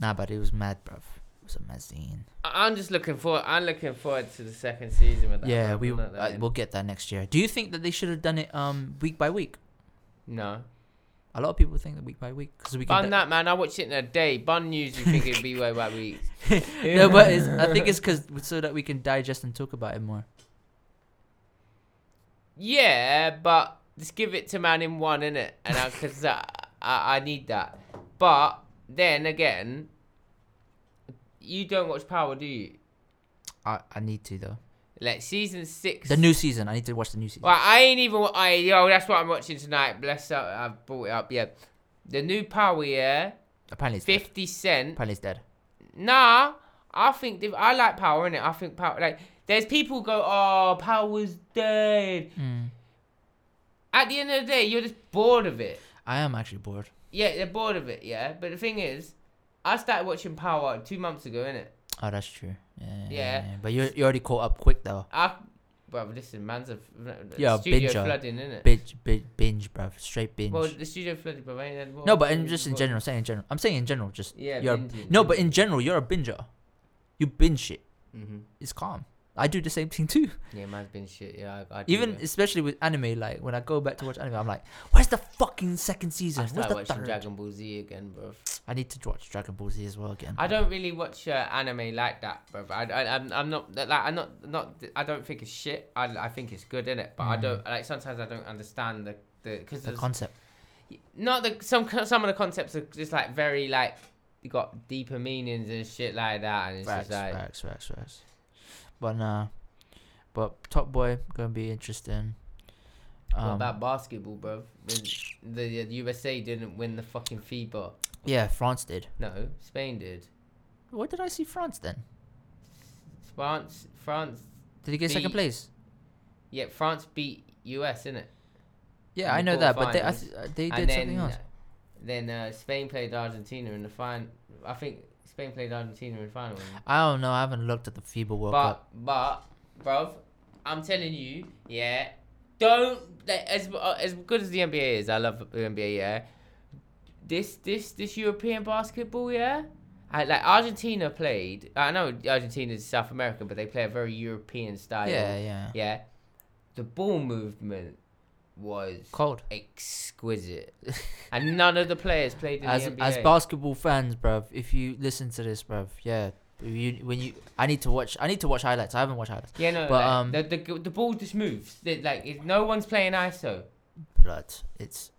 nah, but it was mad, bruv. It was amazing.
I- I'm just looking forward. I'm looking forward to the second season with that.
yeah,
bruv.
we
I'm not that
uh,
in.
we'll get that next year. Do you think that they should have done it um week by week?
No,
(laughs) A lot of people think that week by week because we
bun
can.
that man. I watched it in a day. Bun news. You think it'd be way by week?
(laughs) no, but it's, I think it's because so that we can digest and talk about it more.
(laughs) Yeah, but just give it to man in one, innit? And because I, I, I need that. But then again, you don't watch Power, do you?
I I need to though.
Like season six.
The new season. I need to watch the new season.
Well, I ain't even. wa- I yo, that's what I'm watching tonight. Bless up, I've brought it up. Yeah, the new Power yeah,
Apparently it's dead.
Fifty Cent.
Apparently it's dead.
Nah, I think diff- I like Power in it. I think Power like there's people go, oh, Power's dead.
Mm.
At the end of the day, you're just bored of it.
I am actually bored.
Yeah, they're bored of it. Yeah, but the thing is, I started watching Power two months ago, innit?
Oh, that's true. Yeah. yeah,
Yeah.
yeah. But you you already caught up quick though.
I, well, listen, man's a
Yeah,
studio
binger.
flooding, innit?
binge, binge, binge bruv. Straight binge.
Well, the studio flooded, but ain't had-
no, but in, just in
what-
general, saying in general. I'm saying in general, just
Yeah,
you're a-
binging,
no, but
binging.
in general, you're a binger. You binge it.
Mhm.
It's calm. I do the same thing too.
Yeah, man's been shit. Yeah, I, I do,
Even
yeah.
especially with anime, like when I go back to watch anime, I'm like, where's the fucking second season?
I
Where's
started
the
watching
third?
Dragon Ball Z again, bro.
I need to watch Dragon Ball Z as well again.
I don't really watch uh, anime like that, bro. I, I, I'm, I'm not like I'm not not. I don't think it's shit. I, I think it's good in it, but I don't like. Sometimes I don't understand the the because
Mm. the concept.
not the some some of the concepts are just like very like you got deeper meanings and shit like that, and it's
Facts,
just like
facts, facts, facts. But nah, but Top Boy gonna be interesting.
what
Um,
about basketball, bro? When the, the USA didn't win the fucking FIBA.
yeah, France did.
No, Spain did.
What did I see France then?
France, France,
Did he get second
The-
place?
yeah, France beat US, innit?
Yeah,
in
I
the
know that, but they I
quarterfinals.
th- uh, they
and
did
then,
something else.
then uh, Spain played Argentina in the final. I think Spain played Argentina in the final. wasn't it?
I don't know. I haven't looked at the FIBA World Cup.
But but, bruv, I'm telling you, yeah. Don't like, as uh, as good as the NBA is. I love the NBA. Yeah. This this this European basketball. Yeah. I, like Argentina played. I know Argentina is South American, but they play a very European style.
Yeah, yeah,
Yeah. The ball movement was
Cold.
exquisite, (laughs) and none of the players played in
As
the NBA.
as basketball fans, bruv, if you listen to this, bruv, yeah, if you when you I need to watch I need to watch highlights. I haven't watched highlights.
yeah, no,
but,
like,
um,
the, the the ball just moves. They- like if no one's playing ISO.
Blood. It's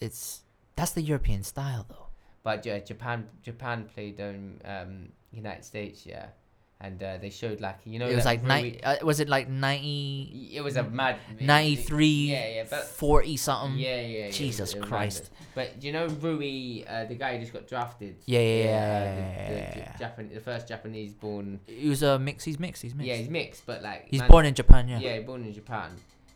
it's that's the European style though.
But yeah, Japan Japan played um, um United States, yeah, and uh, they showed like you know
it was
that
like
three
ninety. Uh, was it like 90,
week- It was a mad
93,
Yeah, yeah, but
40 something?
yeah, yeah, yeah,
um, Jesus
it was
Christ.
madness. But you know Rui, uh, the guy who just got drafted.
Yeah, yeah,
uh, the, the,
yeah, yeah, yeah.
Japan, the first Japanese born.
He was a mix. He's mixed. He's mixed.
Yeah, he's mixed, but like
he's
man-
born in Japan. Yeah.
Yeah, born in Japan.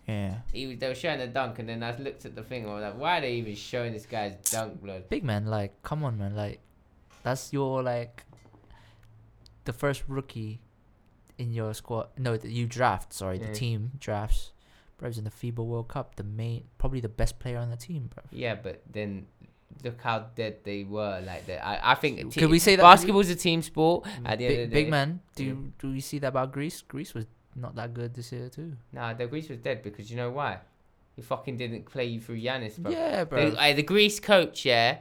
yeah.
He was, they were showing the dunk, and then I looked at the thing. and I was like, why are they even showing this guy's dunk, blood?
big man like come on man like that's your like the first rookie in your squad no that you draft sorry
Yeah.
the team drafts Brev's in the FIBA World Cup the main probably the best player on the team bro
Yeah, but then look how dead they were. Like that, I, I think. a
Could
team-
we say that-
basketball's a team sport? At the
big,
end of the
big
day-
man do
yeah.
you, do we see that about Greece Greece was not that good this year too
Nah, the Greece was dead because you know why? He fucking didn't play you through Yanis, bro.
yeah bro
The, uh, the Greece coach, yeah,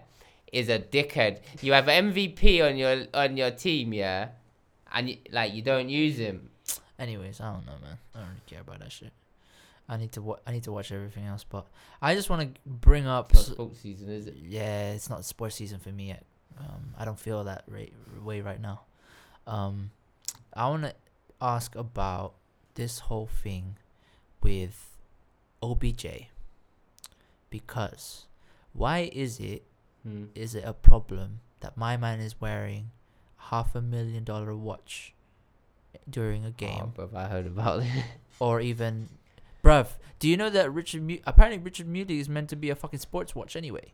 is a dickhead. You have an MVP on your on your team, yeah, and you, like you don't use him.
anyways I don't know man I don't really care about that shit I need to wa- I need to watch everything else but I just want to bring up
It's not
s-
sports season, is it?
Yeah, it's not sports season for me yet. Um, I don't feel that right, way right now. Um, I want to ask about this whole thing with OBJ because why is it
Hmm.
is it a problem that my man is wearing half a million dollar watch during a game
Oh, bruv, I heard about (laughs) it.
or even bruv do you know that richard Mu- apparently richard Muley is meant to be a fucking sports watch anyway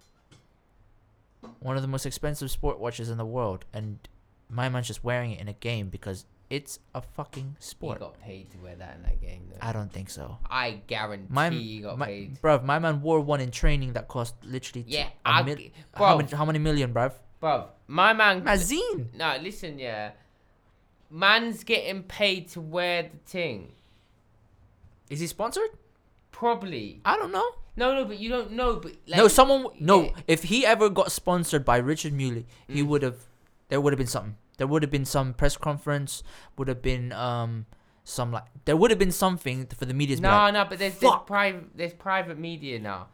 one of the most expensive sport watches in the world and my man's just wearing it in a game because it's a fucking
he
sport
got paid to wear that in that game. Though.
i don't think so
I guarantee
my,
he got
my
paid.
bruv my man wore one in training that cost literally t-
Yeah,
a
I
mil-
g-
how,
bruv.
many, how many million bruv
Bruv, my man.
mazine
No, listen, yeah. Man's getting paid to wear the thing.
is he sponsored
Probably.
i don't know
No, no, but you don't know. But like,
no someone w- no
yeah. Mm.
if he ever got sponsored by richard muley he would have there would have been something there would have been some press conference would have been um some like there would have been something for the media to be
No,
like,
no, but there's, there's
"Fuck."
private there's private media now.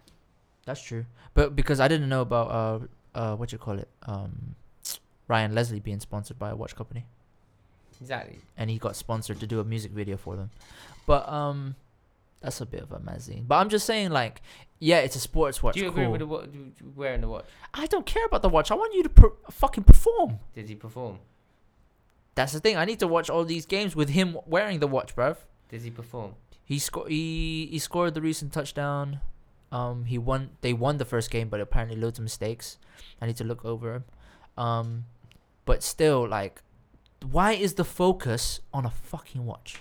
that's true but because i didn't know about uh uh what you call it um ryan leslie being sponsored by a watch company
Exactly.
and he got sponsored to do a music video for them. But um, that's a bit of a magazine. But I'm just saying, like, yeah, it's a sports watch.
Do you
cool.
agree with the wa- do- do- wearing the watch?
I don't care about the watch. I want you to per- fucking perform.
Did he perform?
That's the thing. I need to watch all these games with him wearing the watch, bruv.
Did he perform?
He sco- he he scored the recent touchdown. Um, he won. They won the first game, but apparently loads of mistakes. I need to look over him. Um, but still, like, why is the focus on a fucking watch?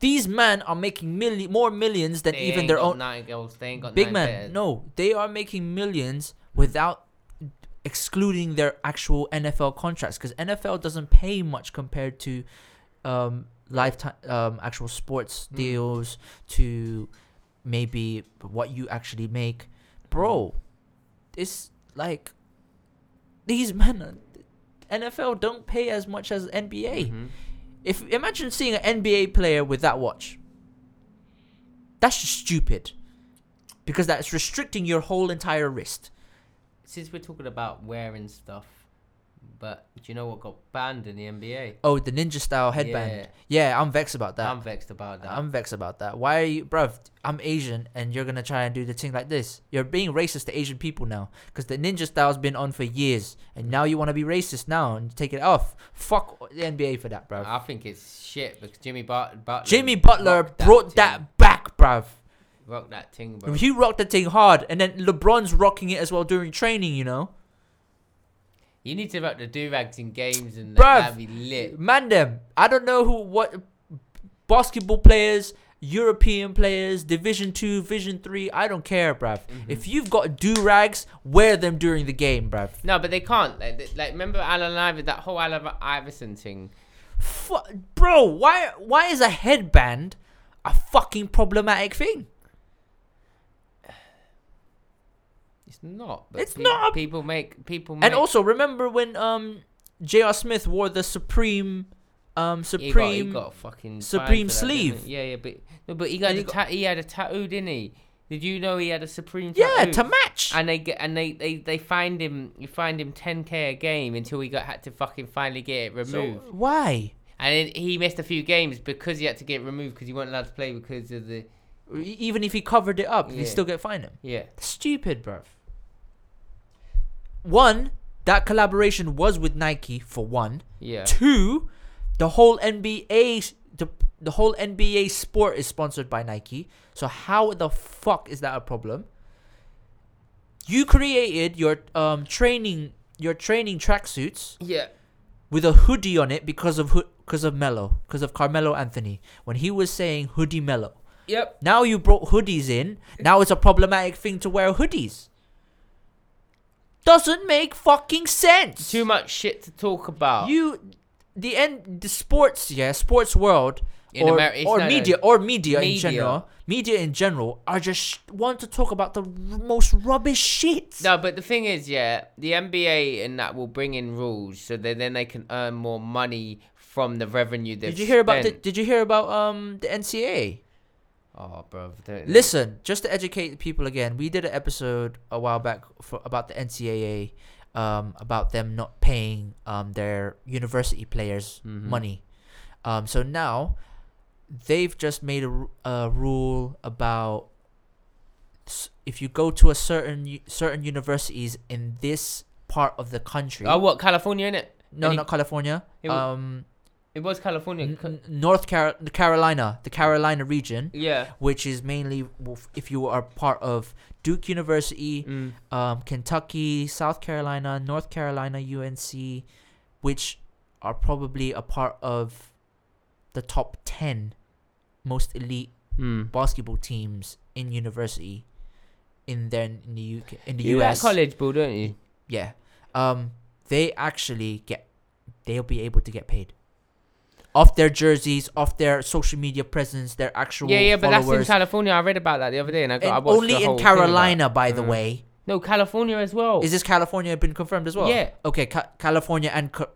These men are making milli- more millions than
They
even
ain't
their
got
own.
nine goals. They ain't got
Big
nine
man,
players.
no, they are making millions without excluding their actual NFL contracts because NFL doesn't pay much compared to um, lifetime um, actual sports
Mm.
deals to maybe what you actually make, bro.
Mm.
It's like these men, are, NFL don't pay as much as NBA.
Mhm.
If imagine seeing an NBA player with that watch. That's just stupid. Because that's restricting your whole entire wrist.
Since we're talking about wearing stuff, But do you know what got banned in the NBA?
Oh, the ninja style headband. Yeah, I'm vexed about that.
I'm vexed about that.
I'm vexed about that. Why are you, bruv? I'm Asian, and you're gonna try and do the thing like this. You're being racist to Asian people now, because the ninja style's been on for years, and now you want to be racist now and take it off. Fuck the NBA for that, bruv.
I think it's shit because Jimmy But- Butler.
Jimmy Butler
rocked
brought
that.
that back, bruv.
ting- rocked that thing, bro.
He rocked the thing hard, and then LeBron's rocking it as well during training. You know,
You need to rock the do rags in games and
Bruv.
that'd be lit.
man, them. I don't know who, what, basketball players, European players, Division Two, Vision Three. I don't care, bruv.
Mm-hmm.
If you've got do rags, wear them during the game, bruv.
No, but they can't. Like, they- like remember Alan Iverson, that whole Alan Iverson thing.
Fu bro, why why is a headband a fucking problematic thing?
It's not. But
It's not a-
People make people make.
And also remember when um J.R. Smith wore the Supreme um
he got, he
Supreme
got fucking
Supreme
fined for that, didn't
sleeve.
he? Yeah, yeah, but no, but he got,
And
a
he got-
ta- he had a tattoo, didn't he? Did you know he had a Supreme?
Yeah,
tattoo?
to match.
and they get and they, they they find him you find him 10k a game until he got had to fucking finally get it removed
why?
and then he missed a few games because he had to get removed because he wasn't allowed to play because of the
E- Even if he covered it up, they
Yeah.
still get fined him.
yeah
Stupid, bruv. One, that collaboration was with Nike for one. (laughs)
yeah
Two, the whole NBA s- the, the whole NBA sport is sponsored by Nike. So how the fuck is that a problem? You created your um training your training tracksuits
yeah
with a hoodie on it because of because of Melo, because of Carmelo Anthony when he was saying hoodie Melo.
yep
Now you brought hoodies in. Now it's a problematic thing to wear hoodies. Doesn't make fucking sense.
too much shit to talk about
You, the end, the sports, yeah, sports world,
In
or,
Ameri- it's
or
not a-
media, or media, in
Media.
general, media in general, are just sh- want to talk about the r- most rubbish shit.
no but the thing is yeah the nba and that will bring in rules so that then they can earn more money from the revenue they
did you hear about the, Did you hear about um the NCAA?
oh bro don't
Listen, just to educate people again, we did an episode a while back for, about the NCAA, um, about them not paying um, their university players money. Um, so now they've just made a, ru- a rule about s- if you go to a certain u- certain universities in this part of the country.
oh what california in it
no, not California.
It wa-
Um,
it was california
n- n-
Co-
North Car- Carolina, the Carolina region
yeah
which is mainly w- if you are part of Duke University,
Mm.
um, Kentucky, South Carolina, North Carolina, UNC, which are probably a part of the top 10 most elite
Mm.
basketball teams in university in their in the UK in the
You at
US.
college, ball, don't you?
Yeah. Um they actually get they'll be able to get paid. Off their jerseys, off their social media presence, their actual
Yeah, yeah, but that's in
followers.
California. I read about that the other day, and I got I
And
watched
only
the whole
in
thing about-
Carolina, by the
Mm.
way.
No, California as well.
Is this California been confirmed as well?
Yeah.
Okay, Ca- California and Ca-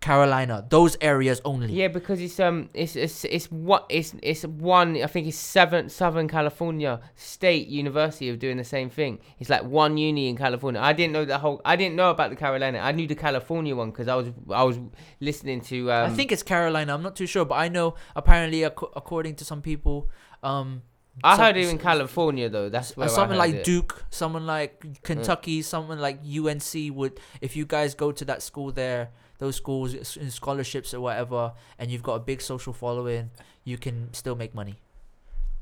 Carolina, those areas only.
yeah, because it's um, it's it's it's what it's it's one. I think it's seven Southern California State University of doing the same thing. It's like one uni in California. I didn't know the whole. I didn't know about the Carolina. I knew the California one because I was I was listening to. Um,
I think it's Carolina. I'm not too sure, but I know apparently, ac- according to some people, um,
I
some-
heard it in
s-
California though. That's
uh,
where
someone
I heard
like
it. Mm.
Duke, someone like Kentucky, someone like UNC would, if you guys go to that school there, those schools s- in scholarships or whatever, and you've got a big social following, you can still make money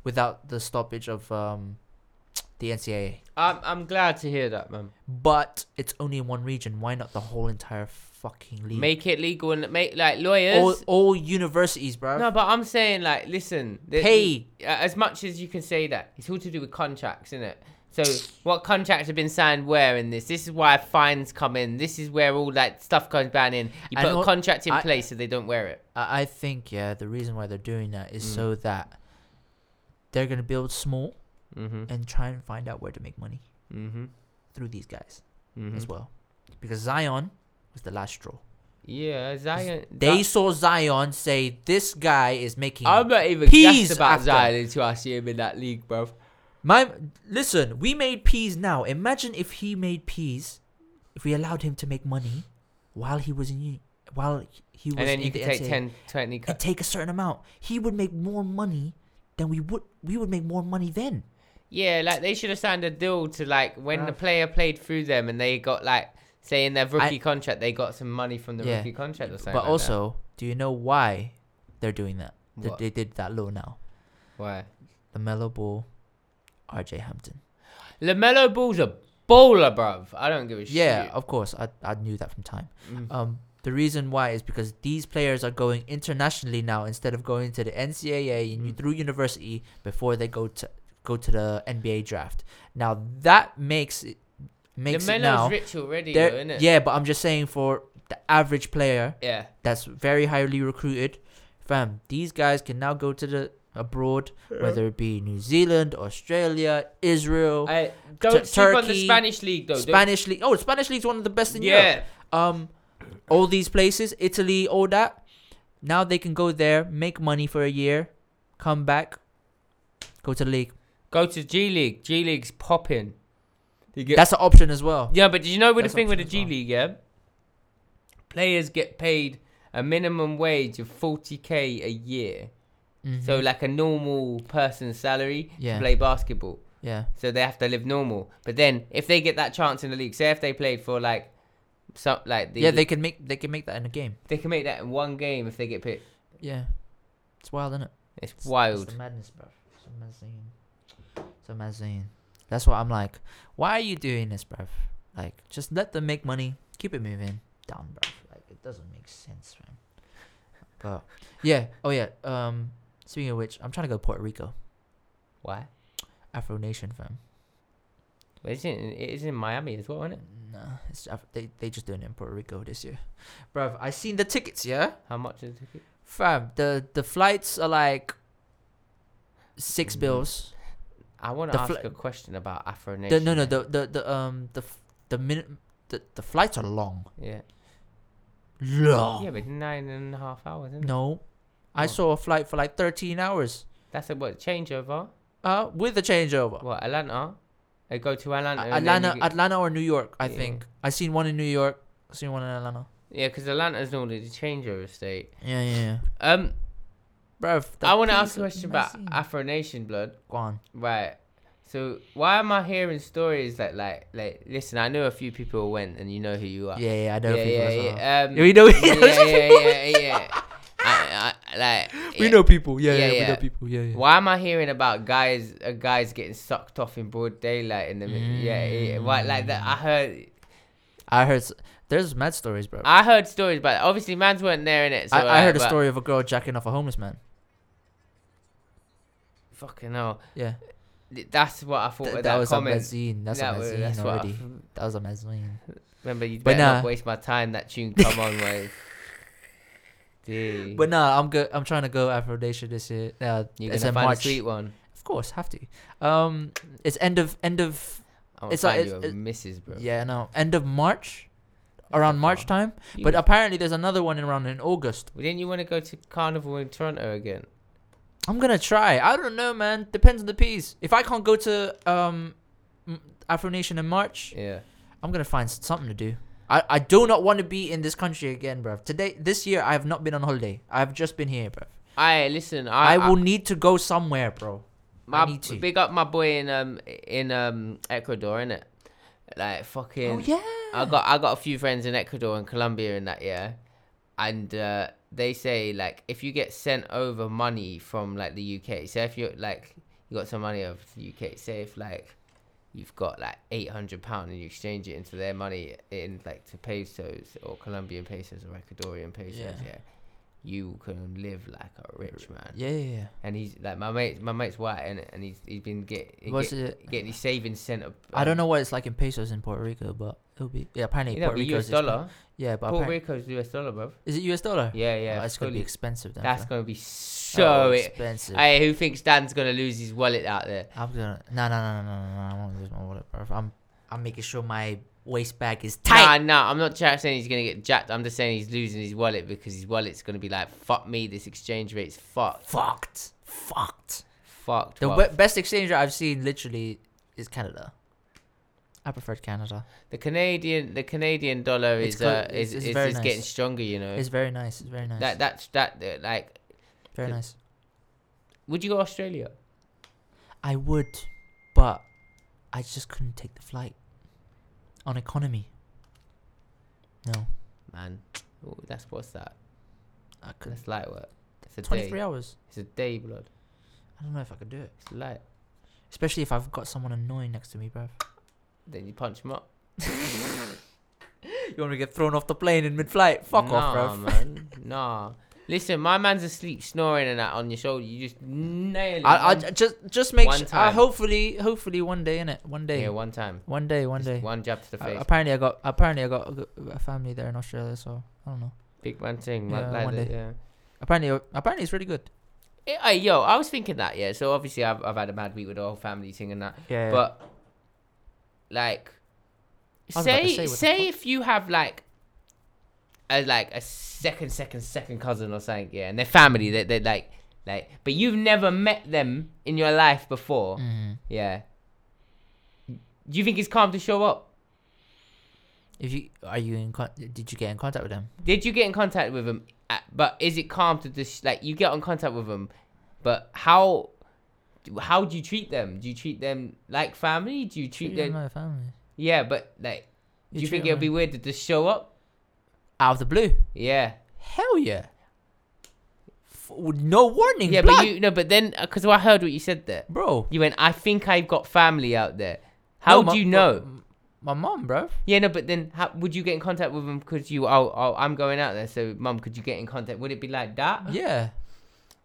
without the stoppage of um, the NCAA.
I'm I'm glad to hear that, man.
But it's only in one region. Why not the whole entire fucking league?
Make it legal and make like lawyers.
all, all universities, bro.
No, but I'm saying like, listen, the,
Hey.
the- uh, as much as you can say that, it's all to do with contracts, isn't it? So what contracts have been signed where in this? This is why fines come in. This is where all that stuff comes down in. You
I
put
know-
a contract in
I-
place so they don't wear it.
I, I think yeah, the reason why they're doing that
Mm.
is so that they're gonna build small
Mm-hmm.
and try and find out where to make money
Mm-hmm.
through these guys
mm-hmm.
as well, because Zion was the last straw.
Yeah, Zion.
They
Zi-
saw Zion say, "This guy is making
I'm not even
Peas
gassed about
after.
Zion until I see him in that league, bruv.
my." Listen, we made peas now. Imagine if he made peas, if we allowed him to make money while he was in uni, while he was
and then
in
you
the
could take
NCAA
10,
(clears throat)
20
and
cut.
take a certain amount, he would make more money than we would. We would make more money then.
Yeah, like they should have signed a deal to like when the
Bruv.
player played through them and they got like say in their rookie contract they got some money from the
Yeah.
rookie contract or something.
but
like that.
also, do you know why they're doing that? That
What?
they did that low now.
why
The Mellow Ball, R.J. Hampton.
Lamelo Ball's a bowler, bruv. I don't give a shit.
Yeah, of course. I I knew that from time.
Mm.
Um, the reason why is because these players are going internationally now instead of going to the NCAA and you
Mm.
through university before they go to go to the NBA draft. Now that makes it makes it
Lamelo's
now.
rich already, though,
they're-
innit?
yeah, but I'm just saying for the average player
Yeah.
that's very highly recruited, fam, these guys can now go to the abroad, whether it be New Zealand, Australia, Israel,
I, don't sleep on the
Turkey,
Spanish league though. Don't-
Spanish league. Oh, Spanish league's one of the best in Europe
yeah.
um all these places italy all that now they can go there make money for a year come back go to the league
Go to G League. G League's popping. You get-
that's an option as well
Yeah, but did you know with the
That's
thing with the
option as
G
well.
League, yeah? Players get paid a minimum wage of 40k a year. So,
Mhm.
like a normal person's salary
Yeah.
to play basketball.
yeah
So, they have to live normal. But then, if they get that chance in the league, say if they played for like, some, like the,
yeah they can make they can make that in a game
they can make that in one game if they get picked.
yeah it's wild isn't it
It's
it's,
wild.
it's the madness bro it's amazing it's amazing that's what i'm like why are you doing this bro like just let them make money keep it moving down bro like it doesn't make sense man but yeah oh yeah um speaking of which i'm trying to go to puerto rico
Why?
Afro Nation fam.
But it's in, it is in Miami as well, isn't it?
Nah, it's Af- they they just doing it in Puerto Rico this year, bruv. I seen the tickets, yeah,
How much is it?
fam. The the flights are like six
Mm.
bills.
I want to
The
ask
fl-
a question about Afro
The,
Nation.
no, no, the the the um the f- the minute the, the flights are long,
Yeah.
long.
Yeah, but nine and a half hours, isn't it?
No, I
What?
saw a flight for like thirteen hours.
That's a what changeover.
Uh, with a changeover.
What Atlanta? They go to Atlanta.
A-
and then
Atlanta,
you get-
Atlanta or New York, I
Yeah.
think. I seen one in New York. I seen one in Atlanta.
yeah, because Atlanta's normally the changeover state.
Yeah, yeah, yeah.
Um,
Bruv, the E
I want to
peas
ask a
are
question about
amazing.
Afro Nation blood.
Go on.
Right. So why am I hearing stories that like like listen? I know a few people who went, and you know who you are.
Yeah, yeah, I know
yeah,
people
yeah,
as well.
yeah. Um,
Yeah, we know-
yeah, yeah, yeah, yeah, yeah. (laughs) I, I, like yeah.
people.
Yeah, yeah, we know yeah.
people. Yeah, yeah.
Why am I hearing about guys uh, guys getting sucked off in broad daylight in the middle? Yeah, yeah, why like that? I heard
I heard s- there's mad stories, bro. I,
I heard stories about it. Obviously, man's weren't there in it. So
I,
like,
heard a
but-
story of a girl jacking off a homeless man.
Fucking hell.
Yeah,
Th- That's what I thought
Th-
with
that
that,
was a
comment.
magazine. That's
That
a
was-
magazine
that's what I
already.
f-
That was a magazine.
Remember, you
But
better not
nah.
waste my time. That tune
(laughs)
come on, wave. Dude,
But nah, I'm good. I'm trying to go Afro Nation this year. Uh,
you're
it's
gonna
in
find
March.
a sweet one.
Of course, have to. Um, it's end of end of
I'm gonna
It's like-
find
it's-
you a
it-
missus, bro.
yeah no end of March, around
the
March
fuck?
time.
You-
But uh, apparently there's another one around in August.
Well, didn't you want to go to carnival in Toronto again?
I'm gonna try. I don't know, man. Depends on the piece. If I can't go to um, m- Afro Nation in March,
Yeah.
I'm gonna find s- something to do. I, I do not want to be in this country again, bruv. Today, this year, I have not been on holiday. I've just been here, bruv.
I listen. I,
I, will need to go somewhere, bro.
My,
need to.
Big up my boy in um in um Ecuador, innit? Like fucking.
Oh yeah.
I got I got a few friends in Ecuador and Colombia in that yeah, and uh, they say like if you get sent over money from like the UK, so if you like you got some money over to the UK, say if like you've got like eight hundred pound and you exchange it into their money in like to pesos or Colombian pesos or Ecuadorian pesos, yeah,
Yeah.
you can live like a rich man.
Yeah, yeah, yeah.
And he's like my mate, my mate's white and and he's he's been get, he
What's
get-
it?
getting his savings sent up. um,
I don't know what it's like in pesos in Puerto Rico, but it'll be yeah. Apparently,
You know,
Puerto
the
Rico
US
is expen-
dollar.
Yeah, but
Puerto
apparent-
Rico's US dollar, bro.
is it US dollar?
Yeah, yeah.
Oh, it's gonna be
fully.
expensive. Then,
That's
fam.
gonna be so.
Oh,
it,
expensive.
hey, who thinks Dan's gonna lose his wallet out there?
I'm gonna no no no no no no. no, I won't lose my wallet, bro. I'm I'm making sure my waist bag is tight.
Nah, nah. I'm not ja- saying he's gonna get jacked. I'm just saying he's losing his wallet because his wallet's gonna be like, fuck me. This exchange rate's fucked.
Fucked. Fucked.
Fucked.
The
bruv."
we- best exchange rate I've seen literally is Canada. I preferred Canada.
The Canadian the Canadian dollar
It's
is
go-
uh,
it's-
is,
it's
is,
very
is getting
nice.
stronger. You know
It's very nice. It's very nice.
that that's that uh, like.
very
the-
nice.
Would you go Australia?
I would, but I just couldn't take the flight on economy. No,
Man, Ooh, that's what's that?
I couldn't.
That's light work. It's a
Twenty-three
day.
hours.
It's a day, blood.
I don't know if I could do it,
It's light.
especially if I've got someone annoying next to me, bruv.
Then you punch him up.
You want me to get thrown off the plane in mid-flight? Fuck
nah,
off, bruv.
man. Nah. Listen, my man's asleep snoring and that on your shoulder. You just nail him.
I, I
one-
j- just just make
one
sure. I
time.
hopefully hopefully one day in it. One day.
yeah, one time.
one day. One
Just
day.
One jab to the
Uh,
face.
apparently, I got apparently I got a, g- a family there in Australia, so I don't know.
Big man thing.
yeah,
like- like
one
that,
day.
yeah.
Apparently, apparently it's really good.
Eh, aye, yo, I was thinking that, yeah. So obviously, I've, I've had a mad week with the whole family thing and that.
Yeah,
But like,
I was about to
say
say,
say,
what the fuck?
if you have like a like a second second second cousin or something, yeah, and their family, they they like like, but you've never met them in your life before,
Mm-hmm.
yeah. Do you think it's calm to show up?
if you are you in con- did you get in contact with them?
Did you get in contact with them? Uh, But is it calm to just like you get in contact with them? But how? How do you treat them? Do you treat them like family? Do you treat
You don't
them?
know family.
Yeah, but like, do you
treat
think
them
it'll be
like-
weird to just show up?
out of the blue?
Yeah.
Hell yeah. F- with no warning.
Yeah,
blood.
but you no, but then because I heard what you said there.
bro.
You went, I think I've got family out there. How
No,
do
my-
you know?
My mom, bro.
yeah, no, but then how would you get in contact with them? Could you? Oh, oh, I'm going out there, so mum, could you get in contact? Would it be like that?
Yeah.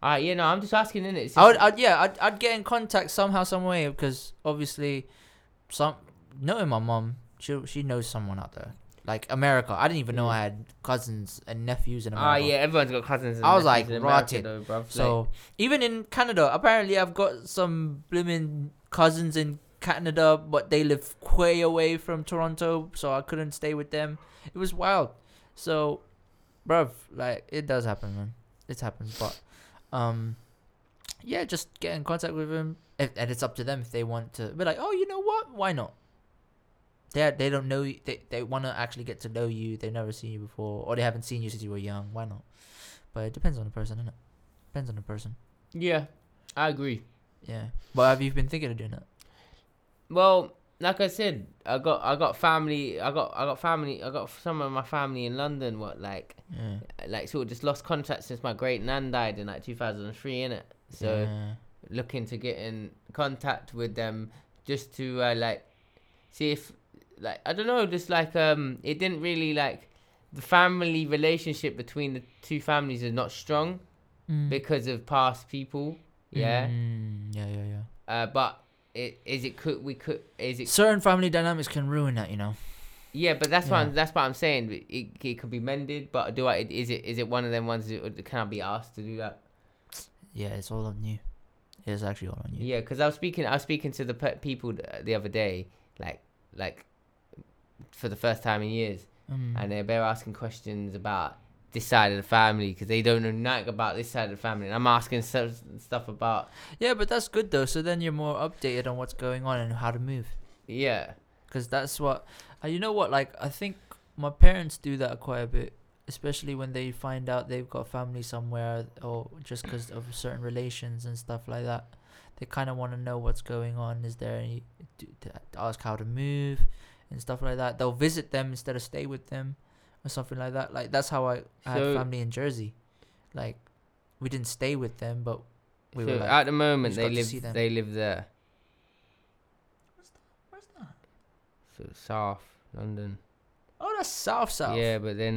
All right, yeah, no, I'm just asking, innit? It's
I would,
just-
I'd, yeah, I'd, I'd get in contact somehow, some way, because obviously, some knowing my mom, she she knows someone out there, like America. I didn't even know I had cousins and nephews in
Mm. Ah,
America.
yeah, everyone's got cousins. and
I was
nephews
like,
in America
rotted.
though, bruv.
So even in Canada, apparently I've got some blooming cousins in Canada, but they live way away from Toronto, so I couldn't stay with them. It was wild. So, bruv, like it does happen, man. It happens, but um, yeah, just get in contact with him, if, and it's up to them if they want to be like, oh, you know what? Why not? They they don't know you, they they want to actually get to know you. They've never seen you before, or they haven't seen you since you were young. Why not? But it depends on the person, innit? Depends on the person.
like, yeah, I agree.
Yeah. But have you been thinking of doing that?
Well, like I said, I got, I got family, I got, I got family, I got some of my family in London. What like,
Yeah.
like sort of just lost contact since my great nan died in like 2003 innit? so
Yeah.
looking to get in contact with them just to uh, like see if like i don't know just like um it didn't really like the family relationship between the two families is not strong
Mm.
because of past people yeah
Mm, yeah, yeah, yeah.
uh but it is it could we could is it
Certain family dynamics can ruin that, you know.
yeah but that's what
Yeah.
I'm, that's what i'm saying it, it could be mended but do i is it is it one of them ones that can i be asked to do that
Yeah, it's all on you. It's actually all on you.
Yeah, because I was speaking, I was speaking to the pe- people th- the other day, like, like, for the first time in years,
Mm.
and they're, they're asking questions about this side of the family because they don't know nothing about this side of the family, and I'm asking stuff, stuff about
Yeah, but that's good though. So then you're more updated on what's going on and how to move.
yeah,
Because that's what, uh, you know what, like, I think my parents do that quite a bit, especially when they find out they've got family somewhere or just because of certain relations and stuff like that. They kind of want to know what's going on. Is there any, to, to ask how to move and stuff like that. They'll visit them instead of stay with them or something like that. Like, that's how I, I
So-
had family in Jersey. Like, we didn't stay with them, but we
so
were like,
at the moment
just
they
got to
live
see them.
they live there,
Where's that?
so South London,
Oh, that's South South.
yeah, but then,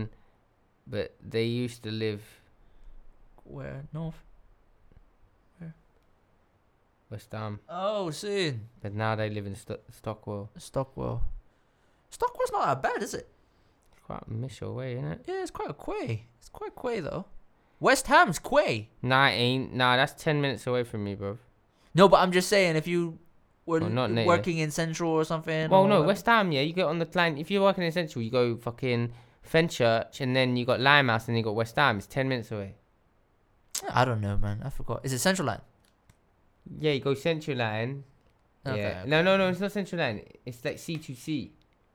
but they used to live
Where? North?
West Ham,
Oh, soon.
but now they live in Sto- Stockwell.
Stockwell. Stockwell's not that bad, is it?
It's quite a mission away, isn't it?
Yeah, it's quite a quay. It's quite quay though. West Ham's quay.
Nah, it ain't. Nah, that's ten minutes away from me, bro.
No, but I'm just saying if you were
Well, not
l-
native.
working in Central or something.
Well,
or
no,
whatever-
West Ham. Yeah, you get on the line. If you're working in Central, you go fucking Fenchurch, and then you got Limehouse, and then you got West Ham. It's ten minutes away.
I don't know, man. I forgot. Is it Central Line?
Yeah, you go Central Line,
Okay,
yeah.
okay.
No, no, no. It's not Central Line. It's like C two C.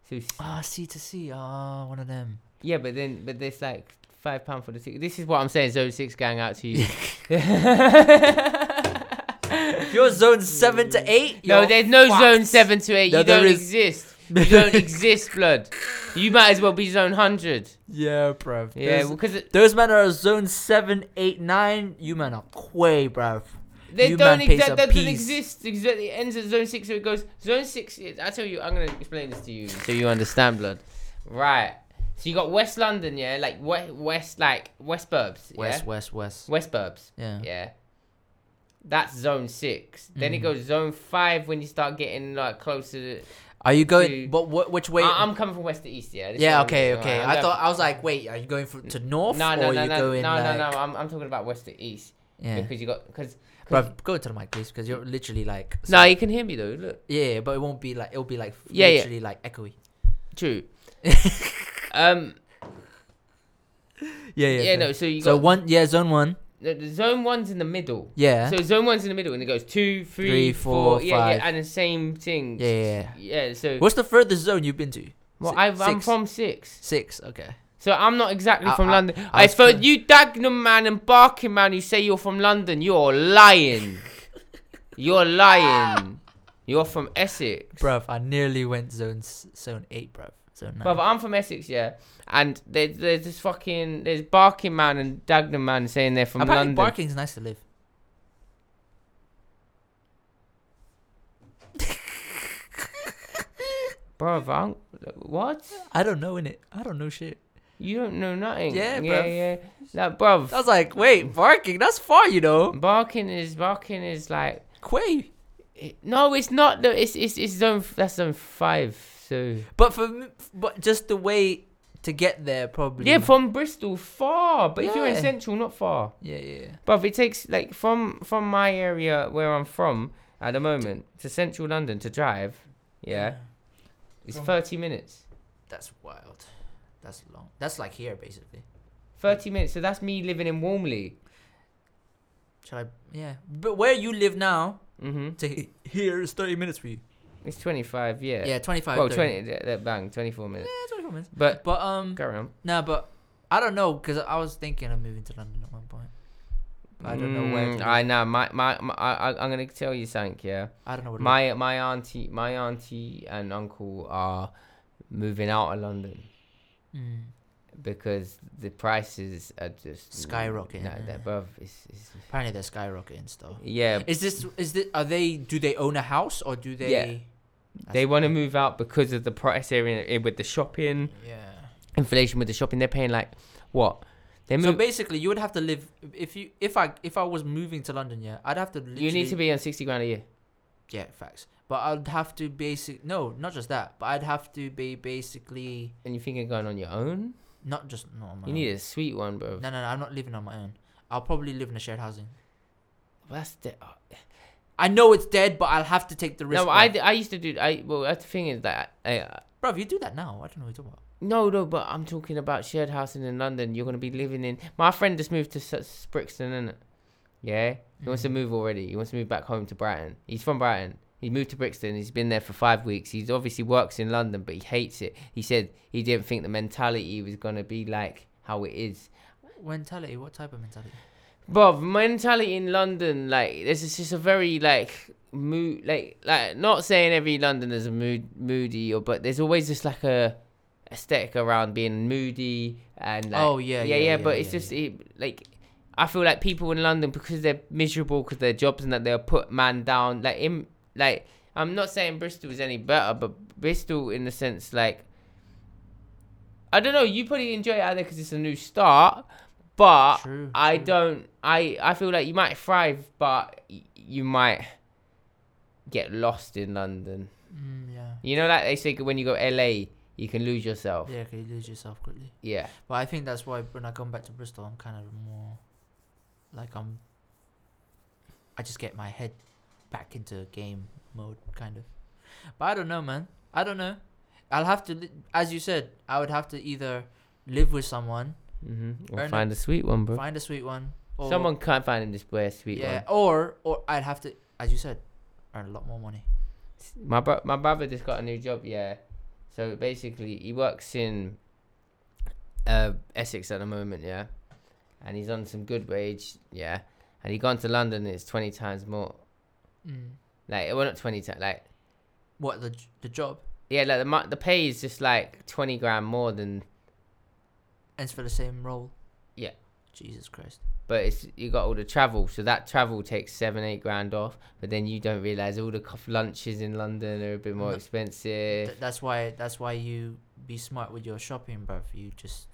So it's-
Ah, C to C. Ah, one of them.
(laughs) yeah, but then but there's like five pound for the six. This is what I'm saying. Zone six gang out
(laughs)
to you.
If you're zone seven to eight,
no,
you're (laughs)
there's no
fucked.
zone seven to eight.
No,
you
there
don't
is-
exist.
(laughs)
You don't exist, blood. You might as well be zone hundred.
Yeah, bruv.
Yeah,
Those,
because
those men are zone seven, eight, nine. You men are quay, bruv.
They
You
don't
man pays
exist.
a
That doesn't
piece.
exist. Exactly. It ends at zone six. So it goes zone six. is- I tell you, I'm gonna explain this to you so you understand, blood. Right. So you got West London, yeah, like west, west like West Burbs,
West,
yeah,
west, west.
West Burbs,
Yeah.
yeah. That's zone six. Then it
Mhm.
goes zone five when you start getting like closer. To,
Are you
To-
going? But what? Which way?
I, am coming from west to east, yeah. This is
yeah.
what I'm
Okay.
doing,
Okay.
alright, I'm
I
going-
thought I was like, wait, are you going from to north
No, no,
or
no,
you
no,
going
no,
like?
no, no. I'm, I'm talking about west to east
Yeah.
because you got because.
Bruv, go to the mic, please, because you're literally like.
No, you can hear me though. Look.
Yeah, but it won't be like it'll be like
Yeah, yeah.
literally like
(laughs)
echoey. (laughs)
True. um.
Yeah, yeah.
Yeah. No. So you
so
got
one, yeah, zone one.
the, the zone one's in the middle.
Yeah.
So zone one's in the middle, and it goes two, three,
Three,
four.
four,
yeah,
five.
yeah, and the same thing.
yeah, yeah.
(laughs)
yeah.
Yeah. So
What's the furthest zone you've been to?
well,
Si-
i I'm
six.
from six,
Six. Okay.
so I'm not exactly
I-
from
I-
London.
I
I
was
for
gonna-
you Dagenham man and Barking man who say you're from London, you're lying. you're lying. You're from Essex.
Bruv, I nearly went zone s- zone eight, bruv. Zone nine.
Brother, I'm from Essex, yeah, and there, there's this fucking there's Barking Man and Dagenham Man saying they're from
Apparently,
London.
Barking's nice to live.
Brother, I'm- what?
I don't know in it. I don't know shit.
You don't know nothing.
Yeah,
yeah,
bruv.
yeah. Like, bruv,
I was like, wait, Barking, that's far, you know.
barking is barking is like
Quay.
it- no, it's not. No, it's it's it's zone. That's zone five. So
But for m- but just the way to get there, probably.
yeah, from Bristol, far. But if you're in
Yeah.
central, not far.
yeah, yeah.
Bruv, it takes like from from my area where I'm from at the moment to central London to drive. Yeah, it's
From-
thirty minutes.
That's wild. That's long. That's like here, basically.
Thirty minutes. So that's me living in Warmley.
Should I? Yeah. But where you live now,
Mhm.
to here is 30 minutes for you.
It's twenty five. Yeah.
Yeah, 25.
Well,
30.
twenty. That that bang. Twenty four
Yeah,
minutes.
24 minutes.
But
But, um,
go around.
no, but I don't know, because I was thinking of moving to London at one point. But I don't know where.
Mm,
To
I
I,
know. My, my, my I, I- I'm gonna tell you something. Yeah.
I don't know what.
My my auntie my auntie and uncle are moving out of London
Mm.
because the prices are just
Skyrocketing,
No,
yeah.
that bruv, it's, it's,
Apparently, they're skyrocketing stuff.
yeah.
Is this? Is this? Are they? Do they own a house or do they?
Yeah. They want to move out because of the price area eh, with the shopping
Yeah.
inflation with the shopping. They're paying like what? They
So
move.
basically, you would have to live if you if I if I was moving to London, yeah, I'd have to. Literally,
you need to be on sixty grand a year.
Yeah, facts. But I'd have to basic no, not just that, but I'd have to be basically
And you think you're going on your own?
not just not on my
You
own.
need a sweet one, bro.
No, no, no. I'm not living on my own. I'll probably live in a shared housing.
That's the.
I know it's dead, but I'll have to take the risk.
No, I, I used to do. I well, that's the thing is that I,
bro, you do that now. I don't know what you're talking about.
No, no, but I'm talking about shared housing in London. You're gonna be living in. My friend just moved to S- S- Brixton, innit? Yeah, he wants to move already. He wants to move back home to Brighton. He's from Brighton. He moved to Brixton. He's been there for five weeks. He's obviously works in London, but he hates it. He said he didn't think the mentality was gonna be like how it is.
Mentality. What type of mentality?
But mentality in London, like this is just a very like mood, like like not saying every Londoner's a mood moody or, but there's always just like a aesthetic around being moody and like
Oh, yeah,
yeah yeah.
yeah, yeah,
but it's
yeah,
just It, like I feel like people in London because they're miserable because their jobs and that they'll put man down. Like in like I'm not saying Bristol is any better, but Bristol in the sense like I don't know. You probably enjoy it out there because it's a new start, but
True,
Uh, I
true.
don't. I I feel like you might thrive, but y- you might get lost in London.
Mm, yeah.
You know, like they say when you go LA, you can lose yourself. Yeah.
Yeah, 'cause you lose yourself quickly. But I think that's why when I come back to Bristol, I'm kind of more like I'm. I just get my head back into game mode, kind of. But I don't know, man. I don't know. I'll have to, li- as you said, I would have to either live with someone,
hmm Or
Fair
find a sweet one, bro.
find a sweet one, or
Someone can't find him this way a sweet
yeah,
one.
or or I'd have to, as you said, earn a lot more money.
My bro- my brother just got a new job, yeah. So basically, he works in uh, Essex at the moment, yeah, and he's on some good wage, yeah. And he gone to London, it's twenty times more.
Mm.
Like, well, not twenty times, like
What the j- the job?
yeah, like the mo- the pay is just like twenty grand more than,
And it's for the same role.
Yeah.
Jesus Christ.
but it's you got all the travel, so that travel takes seven eight grand off. But then you don't realize all the cof- lunches in London are a bit more
No.
expensive.
Th- that's why. That's why you be smart with your shopping, bruv. You just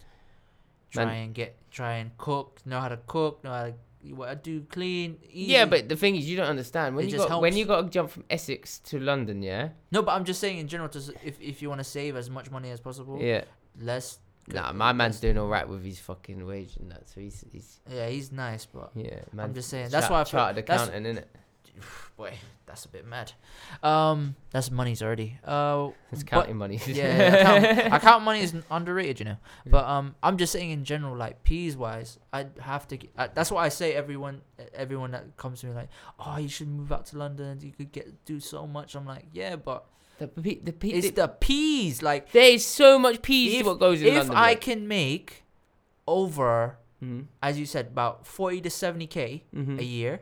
try
Man.
and get try and cook. Know how to cook. Know how to what do clean. Easy.
Yeah, but the thing is, you don't understand when
It
you
just
got when
helps.
you got to jump from Essex to London, yeah,
no. But I'm just saying in general. Just if if you want to save as much money as possible,
yeah.
less.
Nah, my man's
less-
doing all right with his fucking wage and that, so he's he's
Yeah, he's nice, but
yeah. Man's
just saying, that's why I feel-
chartered
that's-
accountant, innit? (laughs)
boy, that's a bit mad. Um, that's money's already. Uh,
It's
but-
counting money. (laughs)
yeah, yeah, account, account money is underrated, you know. But um, I'm just saying in general, like peas wise, I'd have to. Get, uh, that's why I say everyone, e, everyone that comes to me like, oh, you should move out to London. You could get do so much. I'm like, yeah, but
the pe- the pe-
it's
the-
the peas. Like,
there is so much peas to
if-
what goes in
if
London.
I
mate.
can make over,
Mhm.
as you said, about forty to seventy k
Mhm.
a year,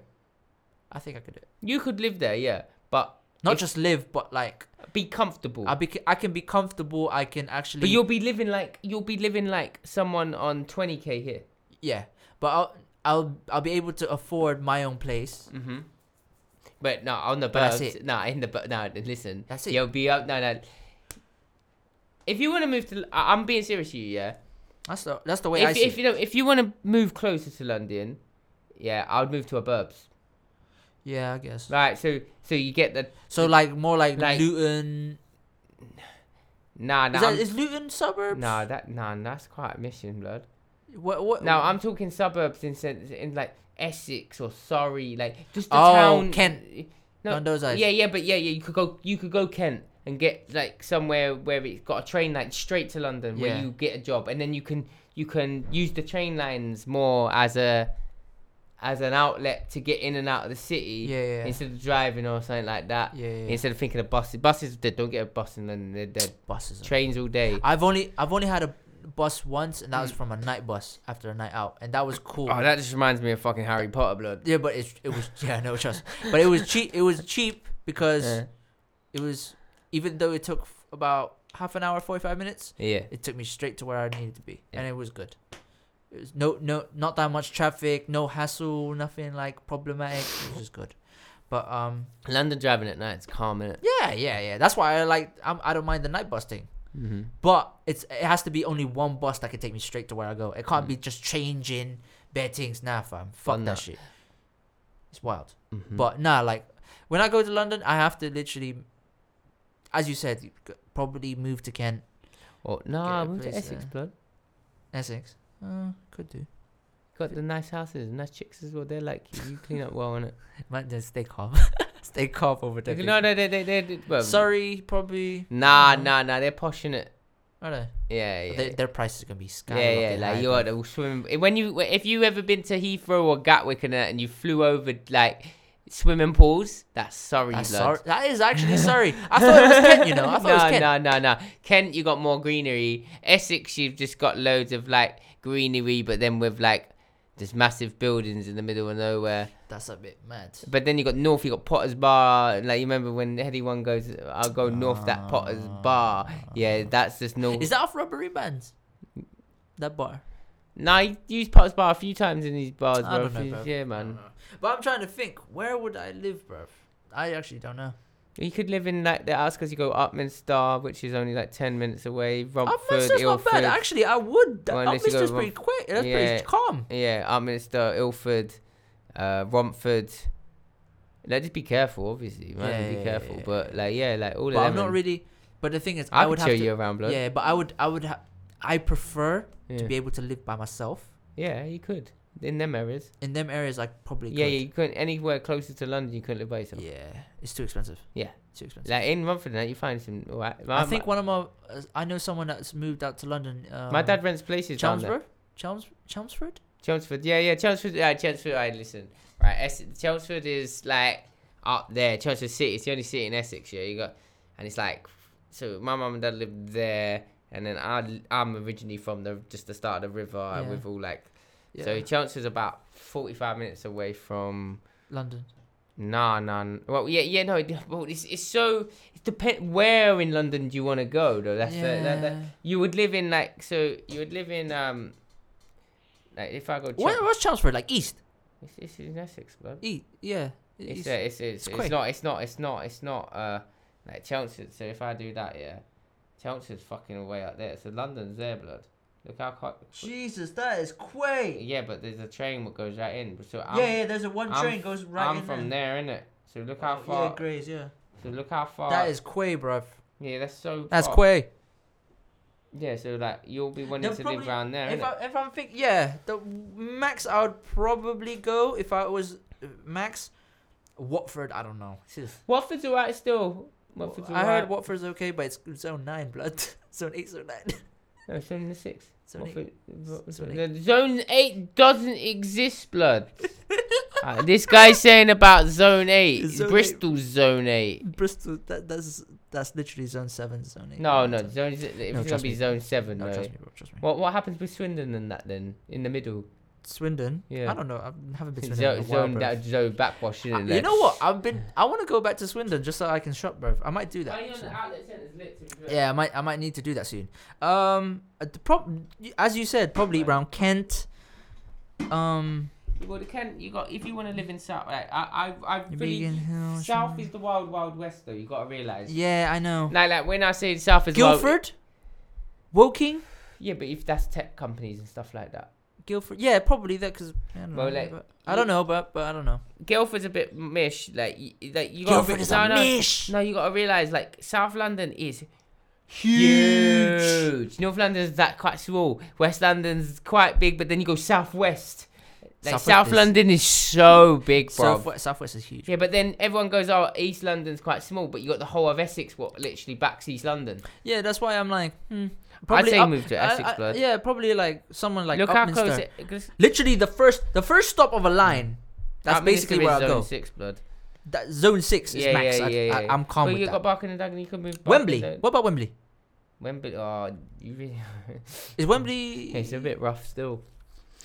I think I could do it.
you could live there, yeah, but
Not
If-
just live, but like
be comfortable.
I be I can be comfortable. I can actually.
but you'll be living like you'll be living like someone on twenty k here.
Yeah, but I'll I'll I'll be able to afford my own place.
Mm-hmm. But no, on the
But that's
burbs.
it.
No, in the bu- no. Listen,
That's it.
You'll be up. No, no. If you want to move to, I- I'm being serious to you. Yeah.
That's the that's the way I
if,
see.
if
it.
you don't, if you want to move closer to London, yeah, I would move to a burbs.
Yeah, I guess.
Right. So so you get the
So like more like,
Like-
Luton.
nah
Is,
nah
that,
I'm-
is Luton suburbs?
nah that nah that's quite a mission, blood.
What what?
No, I'm talking suburbs in sen- in like Essex or Surrey, like just the
Oh,
town.
Kent. On those eyes.
Yeah, yeah, but yeah, yeah, you could go, you could go Kent and get like somewhere where it's got a train line straight to London, where
Yeah.
you get a job, and then you can you can use the train lines more as a as an outlet to get in and out of the city
Yeah, yeah, yeah.
instead of driving or something like that.
Yeah, yeah, yeah.
Instead of thinking of buses, buses they don't get a bus in London, they're dead.
buses. are-
Trains all day.
I've only I've only had a bus once, and that was from a night bus after a night out, and that was cool.
Mm. Oh, that just reminds me of fucking Harry Potter blood.
yeah, but it it was yeah no trust, but it was cheap. It was cheap because
Yeah.
it was even though it took f- about half an hour, forty five minutes.
yeah.
it took me straight to where I needed to be,
Yeah.
and it was good. It was no, no, not that much traffic, no hassle, nothing like problematic. It was just good. But um,
London driving at night's calm, innit?
yeah, yeah, yeah. That's why I like. I'm, I don't mind the night bus thing,
Mm-hmm.
but it's it has to be only one bus that can take me straight to where I go. It can't be just changing bettings. Nah, fam, fuck
Mm. Fun
that
that.
shit. It's wild.
Mhm.
But nah, like when I go to London, I have to literally, as you said, probably move to Kent,
Oh, nah,
Get a
move to
place,
Essex,
uh,
blood.
Essex. Uh, could do.
Got the nice houses, nice chicks as well. They're like, you clean up well, innit?
Might just stay calm.
(laughs)
stay calm over there.
no, no, they, they, they, they well,
Sorry, probably.
Um, Nah,
Mhm.
nah, nah, they're poshing it.
I don't know.
Yeah, yeah.
Their, their price is gonna be
yeah,
skyrocketing.
yeah, like
high,
you
bro.
are the swimming. When you, if you ever been to Heathrow or Gatwick and that, and you flew over like swimming pools, that's sorry,
That's
blood.
Ah, sorry. (laughs) That is
(laughs)
actually sorry. I thought it was Kent. You know, I thought it was
no,
Kent.
no, no, no. Kent, you got more greenery. Essex, you've just got loads of like greenery, but then with like just massive buildings in the middle of nowhere.
That's a bit mad.
But then you got North, you got Potter's Bar. Like you remember when Heady One goes, I'll go North that Potter's
Ah.
Bar. Yeah, that's just North.
Is that off Rubbery Bands? That bar.
nah, he used Potter's Bar a few times in these bars,
I don't
bro.
know, bro.
Yeah,
I don't
man.
know. But I'm trying to think. Where would I live, bro? I actually don't know.
You could live in like the outskirts. You go Upminster, which is only like ten minutes away. Romford,
Upminster's Oh, not bad.
Ilford.
Actually, I would.
Well, unless you go
Upminster's
to
pretty quick. That's
Yeah.
pretty calm.
Yeah, Upminster, Ilford, uh, Romford. Like, just be careful, obviously, man.
Yeah,
just be
yeah,
careful.
yeah,
But like, yeah, like all
But
of
I'm
them,
not
man.
really. But the thing is,
I,
I,
could
would have
show
to.
you around, blood.
Yeah, but I would. I would. Ha- I prefer to
Yeah.
be able to live by myself
yeah, you could in them areas.
in them areas. I probably
Yeah, yeah,
could.
you couldn't anywhere closer to London. You couldn't live by yourself.
Yeah, it's too expensive.
Yeah.
too expensive.
Like in Romford, now you find some. all right. My,
I think one of my. uh, I know someone that's moved out to London. Um,
my, my dad rents places down there.
Chelmsford. Chelms Chelmsford.
Chelmsford, yeah, yeah, Chelmsford. Uh, Chelmsford. I listen. Right, Essex, Chelmsford is like up there, Chelmsford City. It's the only city in Essex. Yeah, you got, and it's like, so my mum and dad lived there, and then I I'm originally from the just the start of the river
Yeah.
with all like,
Yeah.
so Chelmsford's about forty five minutes away from.
London.
Nah, nah. n- Well, yeah, yeah, no. it- Well, it's it's so it depend where in London do you want to go though. That's the, that, that, you would live in like so you would live in um like if I go Chel-
Where, where's Chelmsford? Like east.
it's, it's in Essex, bro.
East. Yeah.
It's,
East.
uh, it's, it's,
it's
it's
quick.
not it's not it's not it's not uh like Chelmsford. So if I do that, yeah, Chelmsford's fucking way up there. So London's there, blood. Look how quick.
Jesus, that is quay.
Yeah, but there's a train that goes right in. So
Yeah,
I'm,
yeah. There's a one
I'm
train
f-
goes right
I'm
in
from
there. Oh,
there, innit? So look how far.
Yeah, Grays. Yeah.
so look how far.
that is Quay, bruv.
Yeah, that's so.
That's
far.
Quay.
Yeah, so like you'll be wanting
They'll
to live
probably-
around there,
If,
innit?
I, if I'm think, yeah, the max I would probably go if I was uh, max. Watford, I don't know. It's just-
Watford's alright still. Watford's
I
alright.
heard Watford's okay, but it's zone nine, blood. (laughs) zone eight, zone nine. (laughs)
No, it's only the six.
Zone
What
eight.
for- what-
zone
the zone eight doesn't exist, blood. (laughs) Uh, this guy's saying about zone eight.
It's zone eight.
Bristol's zone eight.
Bristol, that, that's that's literally zone seven, zone eight.
No, no,
zone-
zone. If it's gonna
trust
be
me.
zone seven,
no,
no.
trust me, bro, trust me.
What what happens with Swindon and that then in the middle?
Swindon.
Yeah.
I don't know. I haven't been to
Zone,
Swindon in a
zone,
while, bruv.
that zone backwash,
Uh,
isn't
You know what? I've been. I want to go back to Swindon just so I can shop, bro. I might do that. actually. Yeah, I might. I might need to do that soon. Um, uh, the prob- as you said, probably around Kent. Um,
Well, you can. You got if you want to live in South. Like, I, I, I
Beacon
really.
Hill.
South
somewhere.
is the wild, wild west, though. You gotta realize.
Yeah, I know.
Now, like when I say South is wild-
Guildford, Woking,
yeah, but if that's tech companies and stuff like that.
Guildford. Yeah, probably that because I don't know.
Well, like,
but- I don't know, but but I don't know.
Guildford's a bit mish. Like, you, like you got
Guildford is
no,
a
no,
niche.
No, you got to realize like South London is
Huge.
huge. North London's that quite small. West London's quite big, but then you go southwest. Like
Southwest
South
is-
London is so big, bro.
Southwest, Southwest is huge.
yeah, but then everyone goes, "Oh, East London's quite small," but you got the whole of Essex, what literally backs East London.
Yeah, that's why I'm like, hmm.
say
up-
move to
I-
Essex,
I-
blood.
Yeah, probably like someone like
Look how
Upminster.
close. It, 'cause
Literally the first the first stop of a line. That's
Upminster
basically
is
where I
zone
go.
Six blood.
That zone six is
Yeah,
max.
yeah,
I,
yeah, yeah.
I, I'm calm
Well, you
with that.
got Barking and Dagenham. You can move. Barking
Wembley.
Dagenham.
What about Wembley?
Wembley. Oh,
(laughs)
you really.
Is Wembley
Hmm. it's a bit rough still.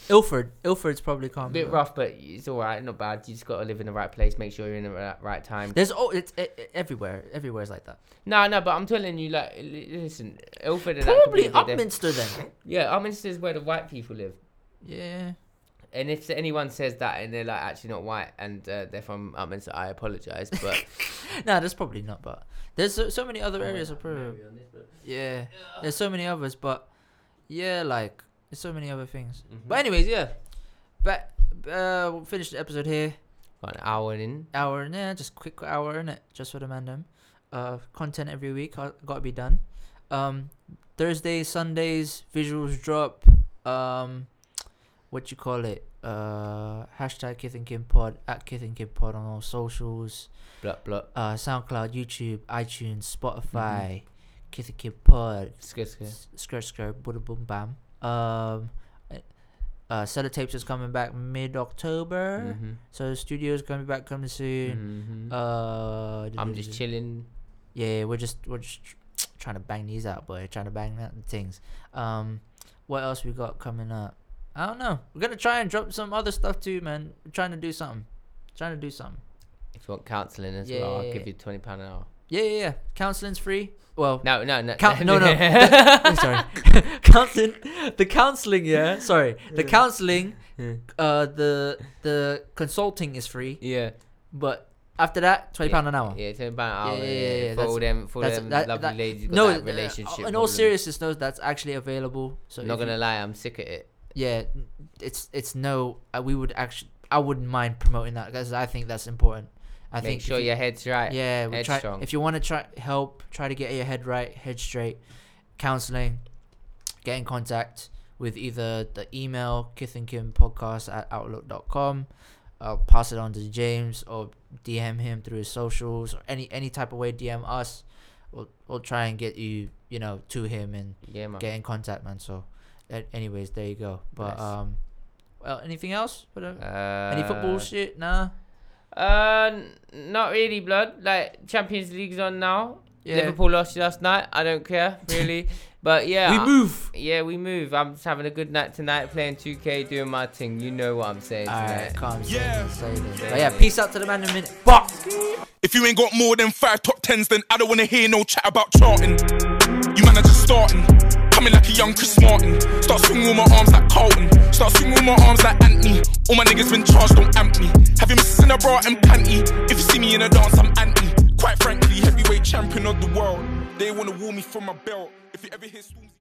Ilford? Ilford's probably calm.
bit
though.
rough, but it's all right. Not bad. You just got to live in the right place. Make sure you're in the right, right time.
There's oh, it's e- e- everywhere. Everywhere's like that.
No, no, but I'm telling you, like, li- listen, Ilford and
Probably
that completely diff-
Upminster then.
Yeah, Upminster is where the white people live.
Yeah.
And if anyone says that and they're like actually not white and uh, they're from Upminster, I apologize. But
Nah, that's probably not. But there's so, so many other areas of Peru. Yeah. There's so many others, but yeah, like there's so many other things. But anyways, yeah. But uh, we'll finish the episode here.
got an hour in.
hour in there, just quick hour in it, just for the mandem. Uh, content every week, uh, gotta be done. Um, Thursdays, Sundays, visuals drop. Um, what you call it? Uh, hashtag Kith and Kim Pod at Kith and Kim Pod on all socials.
Blah, blah.
Uh, SoundCloud, YouTube, iTunes, Spotify, Kith and Kim Pod,
Skr, skr.
S- Skirt skirt, bada boom bam. Um, uh, Sellotapes is coming back mid October.
Mhm,
So the studio's coming back coming soon.
mhm.
Uh,
I'm just chilling.
Yeah, we're just we're just tr- trying to bang these out, boy. Trying to bang out the things. Um, what else we got coming up? I don't know. We're gonna try and drop some other stuff too, man. We're trying to do something. Trying to do something.
If you want counselling as
Yeah,
well, I'll
yeah,
give
yeah.
you £20 an hour.
Yeah, yeah, yeah. Counseling's free. Well,
No, no, no.
Coun-
(laughs)
no, no. The- (laughs) sorry. counseling. The counseling, yeah. Sorry. The counseling. Uh, the the consulting is free,
Yeah.
but after that, twenty pound an hour.
Yeah, ten pound an hour.
Yeah,
Yeah,
yeah, yeah,
For
that's-
all them, for all
that's-
them
that-
lovely
that-
ladies. who've got
No,
that
uh,
relationship.
in all
problem.
seriousness, no, that's actually available. So
not
if you-
gonna lie, I'm sick at it.
yeah, it's it's no. uh, We would actually, I wouldn't mind promoting that because I think that's important. I
Make
think if
sure
you-
your head's right.
yeah, we
head
try,
strong.
if you want to try help, try to get your head right, head straight, counseling, get in contact with either the email kith and kim podcast at outlook.com i'll pass it on to james or dm him through his socials or any any type of way dm us we'll, we'll try and get you you know to him and
Yeah, man.
get in contact man so a- anyways there you go but
Nice.
um well anything else For the-
Uh,
any football shit nah
Uh, n- not really, blood. Like Champions League's on now.
Yeah.
Liverpool lost last night. I don't care
(laughs)
really, but yeah, I-
we move.
Yeah, we move. I'm just having a good night tonight, playing 2K, doing my thing. You know what I'm saying
Alright,
tonight.
calm
Yeah.
down. Say this. But yeah, peace out to the man in a minute. Fuck.
If you ain't got more than five top tens, then I don't wanna hear no chat about charting. You man are just starting, coming like a young Chris Martin. Start swinging all my arms like Carlton. Start swinging all my arms like Anthony. All my niggas been charged, don't amp me. Have you missus in a bra and panty? If you see me in a dance, I'm anti. Quite frankly, heavyweight champion of the world. They wanna wall me for my belt. If you ever hear storms.